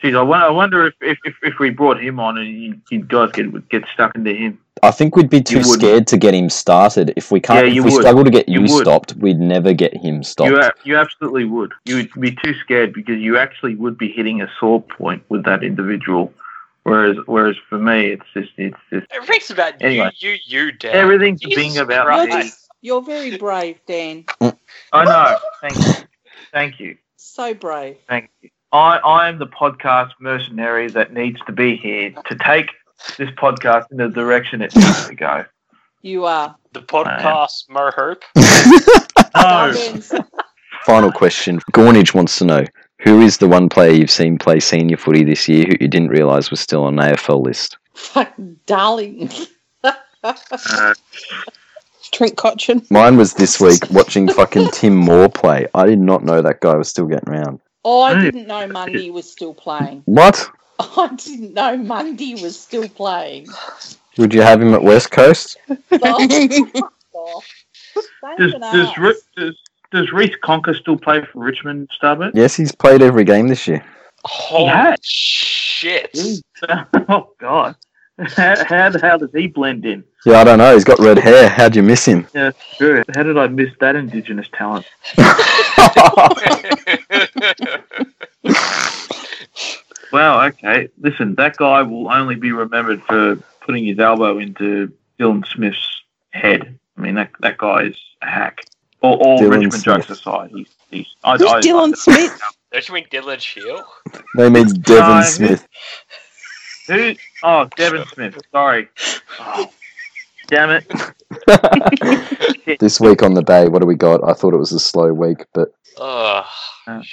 S4: Geez, I won- I wonder if, if, if, if we brought him on and you, you guys get would get stuck into him.
S8: I think we'd be too
S4: wouldn't.
S8: scared to get him started. If we can't,
S4: Yeah, you
S8: if we
S4: would.
S8: struggle to get you,
S4: You would.
S8: stopped, we'd never get him stopped.
S4: You a- you absolutely would. You would be too scared because you actually would be hitting a sore point with that individual. Whereas whereas for me, it's just it's just
S3: It rings about
S4: Anyway.
S3: you, you, you, Dan.
S4: everything's
S3: Jesus
S4: being about
S5: You're,
S3: Right.
S4: me.
S5: just, you're very brave, Dan.
S4: I know. Thank you. Thank you.
S5: So brave.
S4: Thank you. I, I am the podcast mercenary that needs to be here to take this podcast in the direction it needs to go.
S5: You are.
S4: Uh,
S3: The podcast, Mo Hope.
S5: Oh,
S4: No.
S8: Final question. Gornage wants to know who is the one player you've seen play senior footy this year who you didn't realise was still on an AFL list?
S12: Fucking darling.
S4: Uh,
S7: Trent Cotchin.
S8: Mine was this week watching fucking Tim Moore play. I did not know that guy was still getting round.
S12: I
S4: Mm.
S12: didn't know Mundy was still playing.
S8: What?
S12: I didn't know Mundy was still playing.
S8: Would you have him at West Coast?
S12: Oh,
S5: oh,
S4: does, does, Ri- does, does Reese Conker still play for Richmond Starboard?
S8: Yes, he's played every game this year.
S3: Holy
S4: Yeah.
S3: shit.
S4: oh, God. How, how the hell does he blend in?
S8: Yeah, I don't know. He's got red hair. How'd you miss him?
S4: Yeah, sure. How did I miss that Indigenous talent? Wow, okay. Listen, that guy will only be remembered for putting his elbow into Dylan Smith's head. I mean, that that guy is a hack. All, all
S8: Dylan
S4: Richmond
S8: Smith.
S4: jokes aside, he's, he's I,
S7: Who's
S4: I,
S7: Dylan
S4: I-
S7: Smith?
S3: Don't you mean Dylan Shield?
S8: they means Devon
S4: No.
S8: Smith.
S4: Who? Oh, Devin Smith. Sorry. Oh, damn it.
S8: this week on the bay, what do we got? I thought it was a slow week, but
S3: Ugh.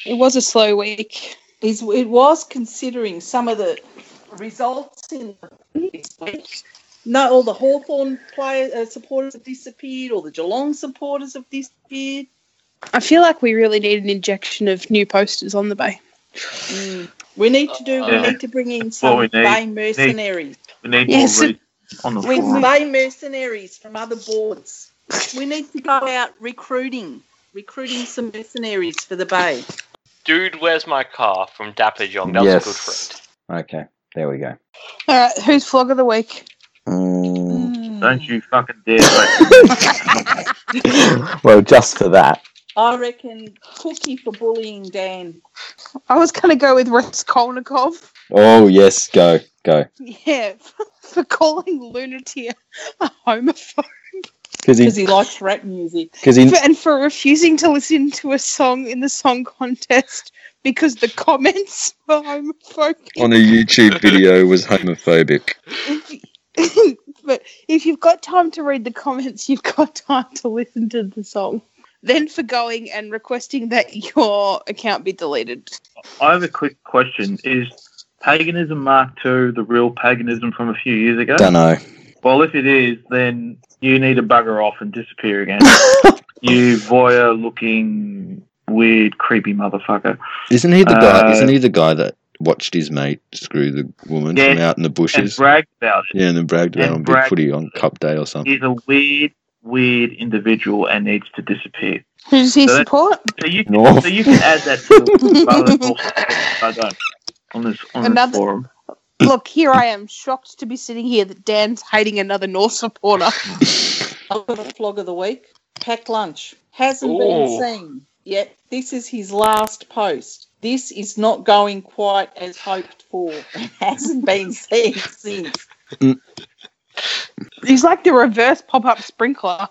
S7: It was a slow week.
S5: Is it was considering some of the results in this week. No, all the Hawthorn players uh, supporters have disappeared. All the Geelong supporters have disappeared.
S6: I feel like we really need an injection of new posters on the bay.
S5: Mm. We need to do.
S4: Yeah.
S5: We need to bring in
S4: what Uh, we
S5: some
S4: need.
S5: Bay mercenaries.
S4: We need
S6: Yes.
S4: more reads on the
S5: We
S4: forum.
S5: Bay mercenaries from other boards. We need to go out recruiting, recruiting some mercenaries for the Bay.
S3: Dude, where's my car? From Dapper Young. That was a good friend.
S8: yes. Okay, there we go.
S6: All right, who's flog of the week?
S8: Mm.
S4: Don't you fucking dare. Mate.
S8: well, just for that,
S5: I reckon Cookie for bullying Dan.
S6: I was going to go with Rex Kolnikov.
S8: Oh yes, go go
S6: Yeah, for calling Lunatia a homophobe
S8: because
S5: because
S8: he
S5: he likes rap music.
S8: because he
S6: and for refusing to listen to a song in the song contest because the comments were homophobic.
S8: on a YouTube video was homophobic.
S6: but if you've got time to read the comments, you've got time to listen to the song. Then for going and requesting that your account be deleted.
S4: I have a quick question. Is paganism Mark II the real paganism from a few years ago?
S8: Dunno.
S4: Well, if it is, then you need to bugger off and disappear again. you voyeur looking, weird, creepy motherfucker.
S8: Isn't he the guy?
S4: Uh,
S8: Isn't he the guy that watched his mate screw the woman
S4: Yes,
S8: from out in the
S4: And
S8: bushes?
S4: brag about it.
S8: yeah, and then bragged about
S4: and
S8: on Big
S4: bragged-
S8: Footy on Cup Day or something.
S4: He's a weird, weird individual and needs to disappear.
S6: Who does he
S4: So that-
S6: support?
S4: So you can,
S8: North.
S4: so you can add that to the other North- I don't. On this, on
S6: Another-
S4: this forum.
S6: Look, here I am, shocked to be sitting here that Dan's hating another North supporter.
S5: I've got a flog of the week. Packed lunch. Hasn't
S3: Ooh.
S5: been seen yet. This is his last post. This is not going quite as hoped for. Hasn't been seen since.
S6: He's like the reverse pop up sprinkler.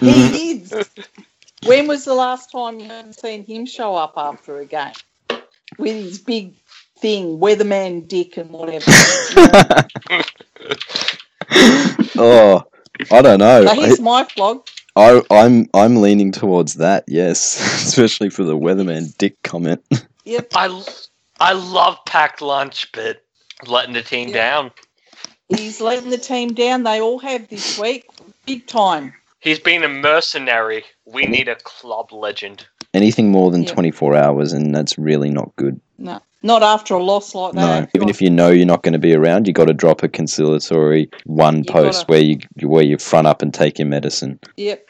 S5: He is. When was the last time you haven't seen him show up after a game with his big thing, weatherman dick and whatever?
S8: oh, I don't know.
S5: so here's my flog.
S8: I, I'm I'm leaning towards that. Yes, especially for the weatherman dick comment.
S5: Yep,
S3: I, I love packed lunch, but letting the team
S5: Yeah.
S3: down.
S5: he's letting the team down. They all have this week, big time.
S3: He's been a mercenary. We need a club legend.
S8: Anything more than
S5: Yeah.
S8: 24 hours, and that's really not good.
S5: No, not after a loss like that.
S8: No, even if you know you're not going to be around, you got to drop a conciliatory one
S5: You
S8: post
S5: gotta-
S8: where you where you front up and take your medicine.
S5: Yep.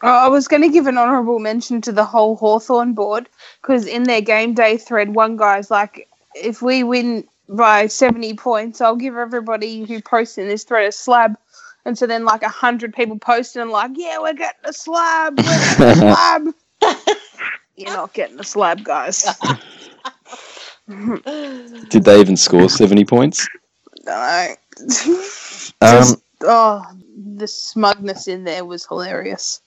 S6: Oh, I was going to give an honourable mention to the whole Hawthorn board because in their game day thread, one guy's like, if we win by 70 points, I'll give everybody who posts in this thread a slab. And so then, like, 100 people posted and, like, yeah, we're getting a slab. We're getting a slab. You're not getting a slab, guys.
S8: Did they even score 70 points?
S6: No.
S8: Um,
S6: oh, the smugness in there was hilarious.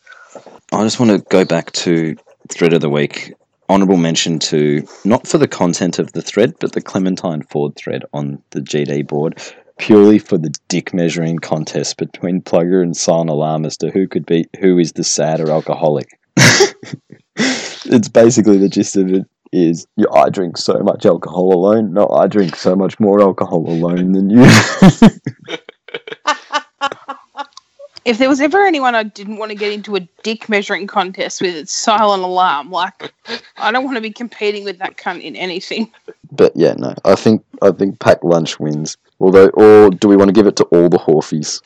S8: I just want to go back to thread of the week. Honorable mention to not for the content of the thread, but the Clementine Ford thread on the GD board, purely for the dick measuring contest between Plugger and Silent Alarm as to who could be who is the sadder alcoholic. it's basically the gist of it is yeah, I drink so much alcohol alone. No, I drink so much more alcohol alone than you.
S6: If there was ever anyone I didn't want to get into a dick measuring contest with, it's silent alarm. Like, I don't want to be competing with that cunt in anything.
S8: but yeah, no, I think I think packed lunch wins. Although, or do we want to give it to all the Horfies?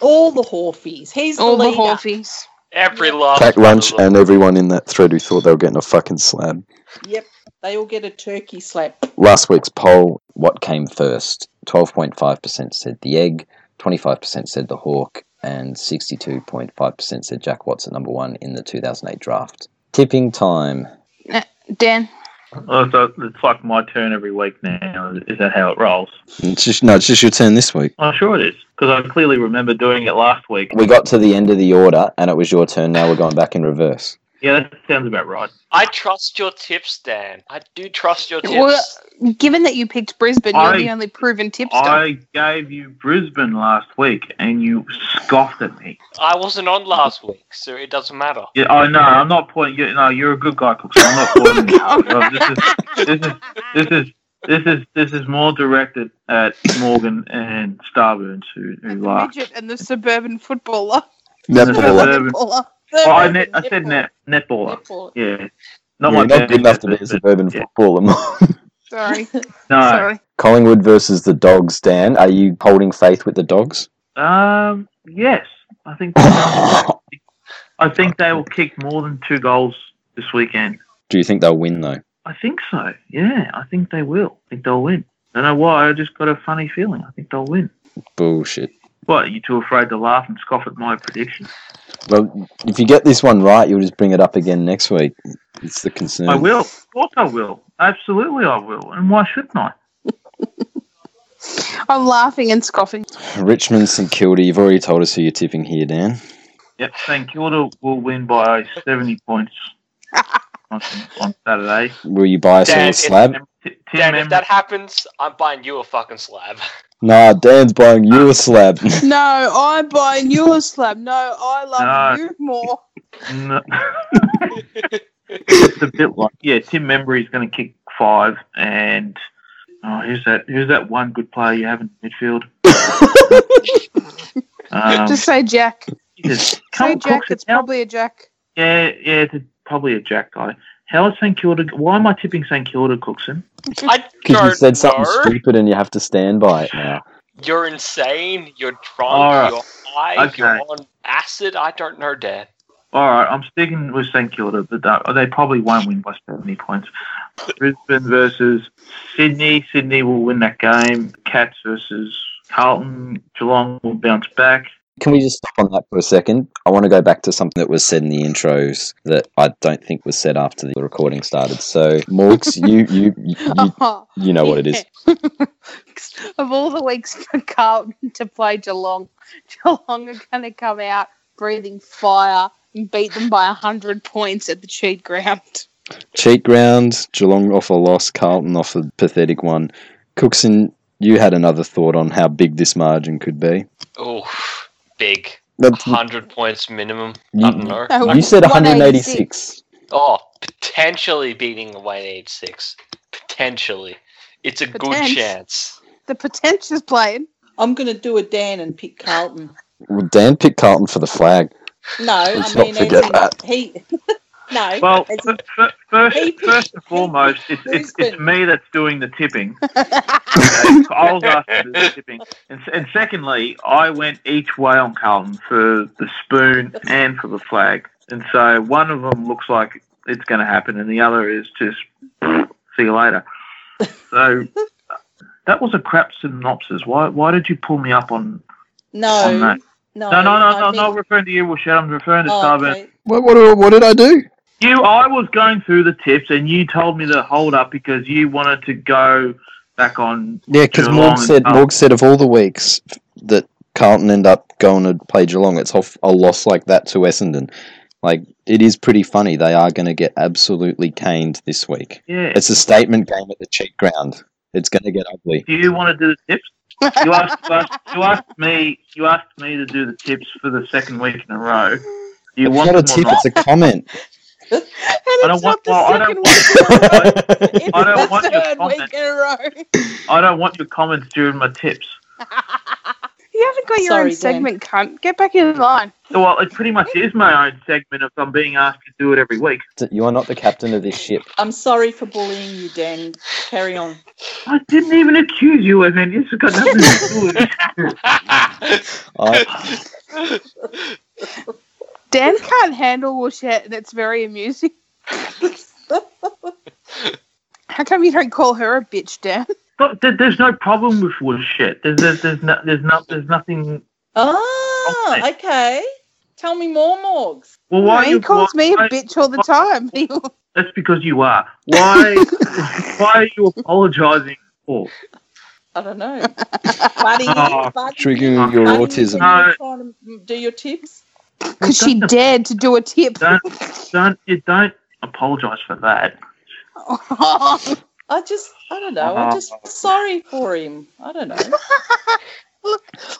S12: All the Horfies. He's
S6: All
S12: the
S6: the
S12: leader.
S6: Horfies.
S3: Every last
S8: Packed
S3: one
S8: lunch
S3: of them.
S8: and everyone in that thread who thought they were getting a fucking slab.
S12: Yep, they all get a turkey slap.
S8: Last week's poll: What came first? Twelve point five percent said the egg, twenty-five percent said the hawk, and sixty-two point five percent said Jack Watts at number one in the two thousand eight draft. Tipping time.
S6: Dan,
S4: Oh, so it's like my turn every week now. Is that how it rolls?
S8: It's just no, it's just your turn this week.
S4: I'm sure it is because I clearly remember doing it last week.
S8: We got to the end of the order, and it was your turn. Now we're going back in reverse.
S4: Yeah, that sounds about right.
S3: I trust your tips, Dan. I do trust your tips.
S6: Well, given that you picked Brisbane,
S4: I-
S6: you're the only proven tipster.
S4: I gave you Brisbane last week, and you scoffed at me.
S3: I wasn't on last week, so it doesn't matter.
S4: Yeah, oh no, I'm not pointing. You, no, you're a good guy, Cook. So I'm not pointing. you. Oh, this is this is this is this is this is more directed at Morgan and Starburns who, who
S6: and the
S4: laughed.
S6: midget and the suburban footballer.
S8: Netballer.
S4: Suburban-
S6: Baller.
S4: Oh, I, net, I said net netballer.
S12: Netball.
S4: Yeah, not
S8: You're
S4: my
S8: not
S4: best,
S8: good enough to be
S4: but-
S8: a suburban
S4: yeah.
S8: footballer.
S6: Sorry.
S4: No,
S6: Sorry.
S8: Collingwood versus the Dogs, Dan. Are you holding faith with the Dogs?
S4: um, yes, I think
S8: Do
S4: I think they will kick more than two goals this weekend.
S8: you think they'll win though?
S4: I think so. Yeah, I think they will. I think they'll win. I don't know why. I just got a funny feeling. I think they'll win.
S8: Bullshit.
S4: What? Are you too afraid to laugh and scoff at my prediction?
S8: Well, if you get this one right, you'll just bring it up again next week. It's the concern.
S4: I will. Of course I will. Absolutely I will. And why shouldn't I?
S6: I'm laughing and scoffing.
S8: Richmond St Kilda. You've already told us who you're tipping here, Dan.
S4: Yep. St Kilda will win by 70 points on, on Saturday.
S8: Will you buy us all
S3: Dan,
S8: a
S3: it's
S8: slab?
S4: T- Tim
S3: Dan, if
S4: Emrys-
S3: that happens, I'm buying you a fucking slab.
S8: Nah, Dan's buying you a slab.
S6: No, I buy your slab. No, I love
S4: No.
S6: you more.
S4: No. it's a bit like yeah. Tim Membry is going to kick five, and oh, who's that? Who's that one good player you have in midfield? um,
S6: Just say Jack.
S4: Jesus.
S6: Say
S4: Callum
S6: Jack.
S4: Cook's
S6: It's
S4: out.
S6: probably a Jack.
S4: yeah, yeah, it's a- probably a Jack guy. How is St Kilda? Why am I tipping St Kilda, Cookson?
S3: I
S8: Because
S3: don't
S8: you said something
S3: know.
S8: stupid and you have to stand by it now.
S3: You're insane. You're drunk.
S4: Alright.
S3: You're high.
S4: Okay.
S3: You're on acid. I don't know, Dan.
S4: All right, I'm sticking with St Kilda, but they- they probably won't win by 70 points. Brisbane versus Sydney. Sydney will win that game. Cats versus Carlton. Geelong will bounce back.
S8: Can we just stop on that for a second? I want to go back to something that was said in the intros that I don't think was said after the recording started. So, Morgs, you you you, you know what it is.
S6: Oh, of all the weeks for Carlton to play Geelong, Geelong are going to come out breathing fire and beat them by 100 points at the cheat ground.
S8: Cheat ground, Geelong off a loss, Carlton off a pathetic one. Cookson, you had another thought on how big this margin could be.
S3: Oh, big.
S8: That's, you,
S3: 100 points minimum. I don't
S8: Mm-hmm. you
S3: know.
S6: No,
S8: said 186.
S6: 186.
S3: Oh, potentially beating a 186. Potentially. It's a
S6: Potence.
S3: good chance.
S6: The potential's playing.
S12: I'm going to do a Dan and pick Carlton.
S8: Well, Dan picked Carlton for the flag.
S12: No,
S8: Let's
S12: I mean,
S8: not forget
S12: as in,
S8: that.
S12: he. No.
S4: Well,
S12: as
S4: f-
S12: in,
S4: f- first,
S12: Hey, Pete.
S4: first and foremost, it's, it's, it's
S12: Brisbane.
S4: me that's doing the tipping. Okay, I was asked to do the tipping. And, s- and secondly, I went each way on Carlton for the spoon and for the flag. And so one of them looks like it's going to happen, and the other is just see you later. So that was a crap synopsis. Why why did you pull me up on?
S12: no,
S4: on
S12: no,
S4: that. Oh, No, no, no,
S12: I
S4: no,
S12: think-
S4: not referring to you, Rochelle. I'm referring to
S12: Oh,
S4: Starburn.
S12: okay.
S8: What, what, what did I do?
S4: You, I was going through the tips, and you told me to hold up because you wanted to go back on.
S8: Yeah, because
S4: Geelong
S8: Morg
S4: and
S8: said
S4: Carlton.
S8: Morg said of all the weeks that Carlton end up going to play Geelong, it's off a loss like that to Essendon. Like it is pretty funny. They are going to get absolutely caned this week.
S4: Yeah.
S8: It's a statement game at the cheat ground. It's going to get ugly.
S4: Do you want to do the tips? You asked, you asked, you asked me. You asked me to do the tips for the second week in a row, Do you
S8: it's
S4: want
S8: not a
S4: them or
S8: tip,
S4: not?
S8: it's a comment.
S4: I don't want. Well, I don't want. I don't want your comments.
S6: in a row.
S4: I don't want your comments during my tips.
S6: You haven't got your
S5: Sorry,
S6: own
S5: Dan.
S6: segment, cunt. Get back in line.
S4: Well, it pretty much is my own segment if I'm being asked to do it every week.
S8: You are not the captain of this ship.
S5: I'm sorry for bullying you, Dan. Carry on.
S4: I didn't even accuse you of any. This has got nothing to do with it.
S8: I,
S6: Dan can't handle all shit that's very amusing. How come you don't call her a bitch, Dan?
S4: But there- there's no problem with bullshit. There's there's there's no, there's not there's nothing.
S5: Ah, okay. Tell me more, Morgs.
S4: Well, why
S6: he
S4: you-
S6: calls me a
S4: why-
S6: bitch all the time.
S4: That's because you are. Why why are you apologising for?
S5: I don't know. buddy,
S4: Oh,
S5: buddy,
S8: triggering your
S5: buddy,
S8: autism.
S5: when you
S4: No.
S5: were trying to do your tips.
S6: Because she dared to do a tip.
S4: Don't don't you don't apologise for that.
S6: Look,
S5: I just, I don't know.
S4: Ah.
S5: I'm just sorry for him. I don't know.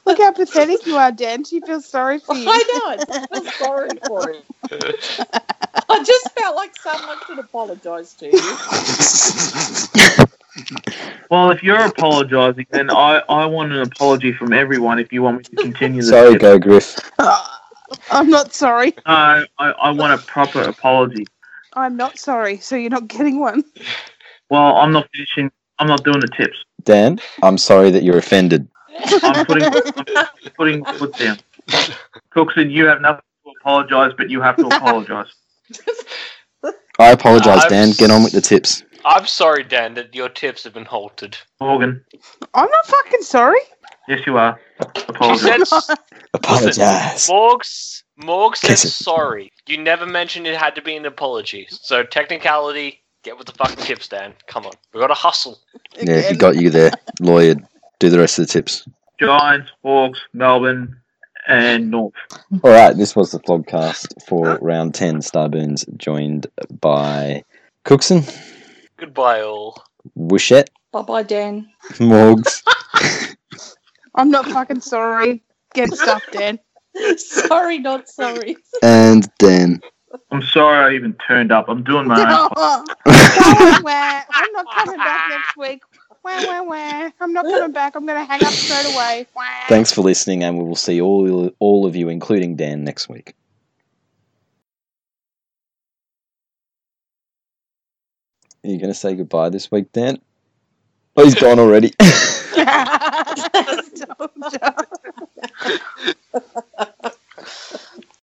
S6: look how pathetic you are, Dan. She feels sorry for you.
S5: I know. I just feel sorry for him. I just felt like someone should apologise to you.
S4: Well, if you're apologising, then I, I want an apology from everyone if you want me to continue this.
S8: sorry,
S4: tip.
S8: Go Griff.
S6: I'm not sorry.
S4: No, I, I want a proper apology.
S6: I'm not sorry. So you're not getting one.
S4: Well, I'm not finishing. I'm not doing the tips.
S8: Dan, I'm sorry that you're offended.
S4: I'm putting I'm putting my foot down. Cookson, you have nothing to apologise, but you have to apologise.
S8: I apologise,
S3: I've
S8: Dan. Get on with the tips.
S3: I'm sorry, Dan, that your tips have been halted.
S4: Morgan,
S6: I'm not fucking sorry.
S4: yes, you are.
S3: You
S4: Apologise.
S3: said
S8: Apologise.
S3: Morgs. Morgs said
S8: Kiss it.
S3: sorry. You never mentioned it had to be an apology. So technicality, get with the fucking tips, Dan. Come on, we gotta hustle.
S8: Yeah, he got you there. Lawyer, do the rest of the tips.
S4: Giants, Hawks, Melbourne, and North.
S8: All right, this was the vlogcast for round 10. Starburns joined by Cookson,
S3: Goodbye, all.
S8: Wishette,
S5: Bye bye, Dan.
S8: Morgs,
S6: I'm not fucking sorry. Get stuffed, Dan.
S5: sorry, not sorry.
S8: and Dan.
S4: I'm sorry I even turned up. I'm doing my own.
S6: Wah, wah, wah. I'm not coming back next week. Wah, wah, wah. I'm not coming back. I'm going to hang up straight away. Wah.
S8: Thanks for listening, and we will see all, all of you, including Dan, next week. Are you going to say goodbye this week, Dan? Oh, he's gone already.
S6: Don't, don't.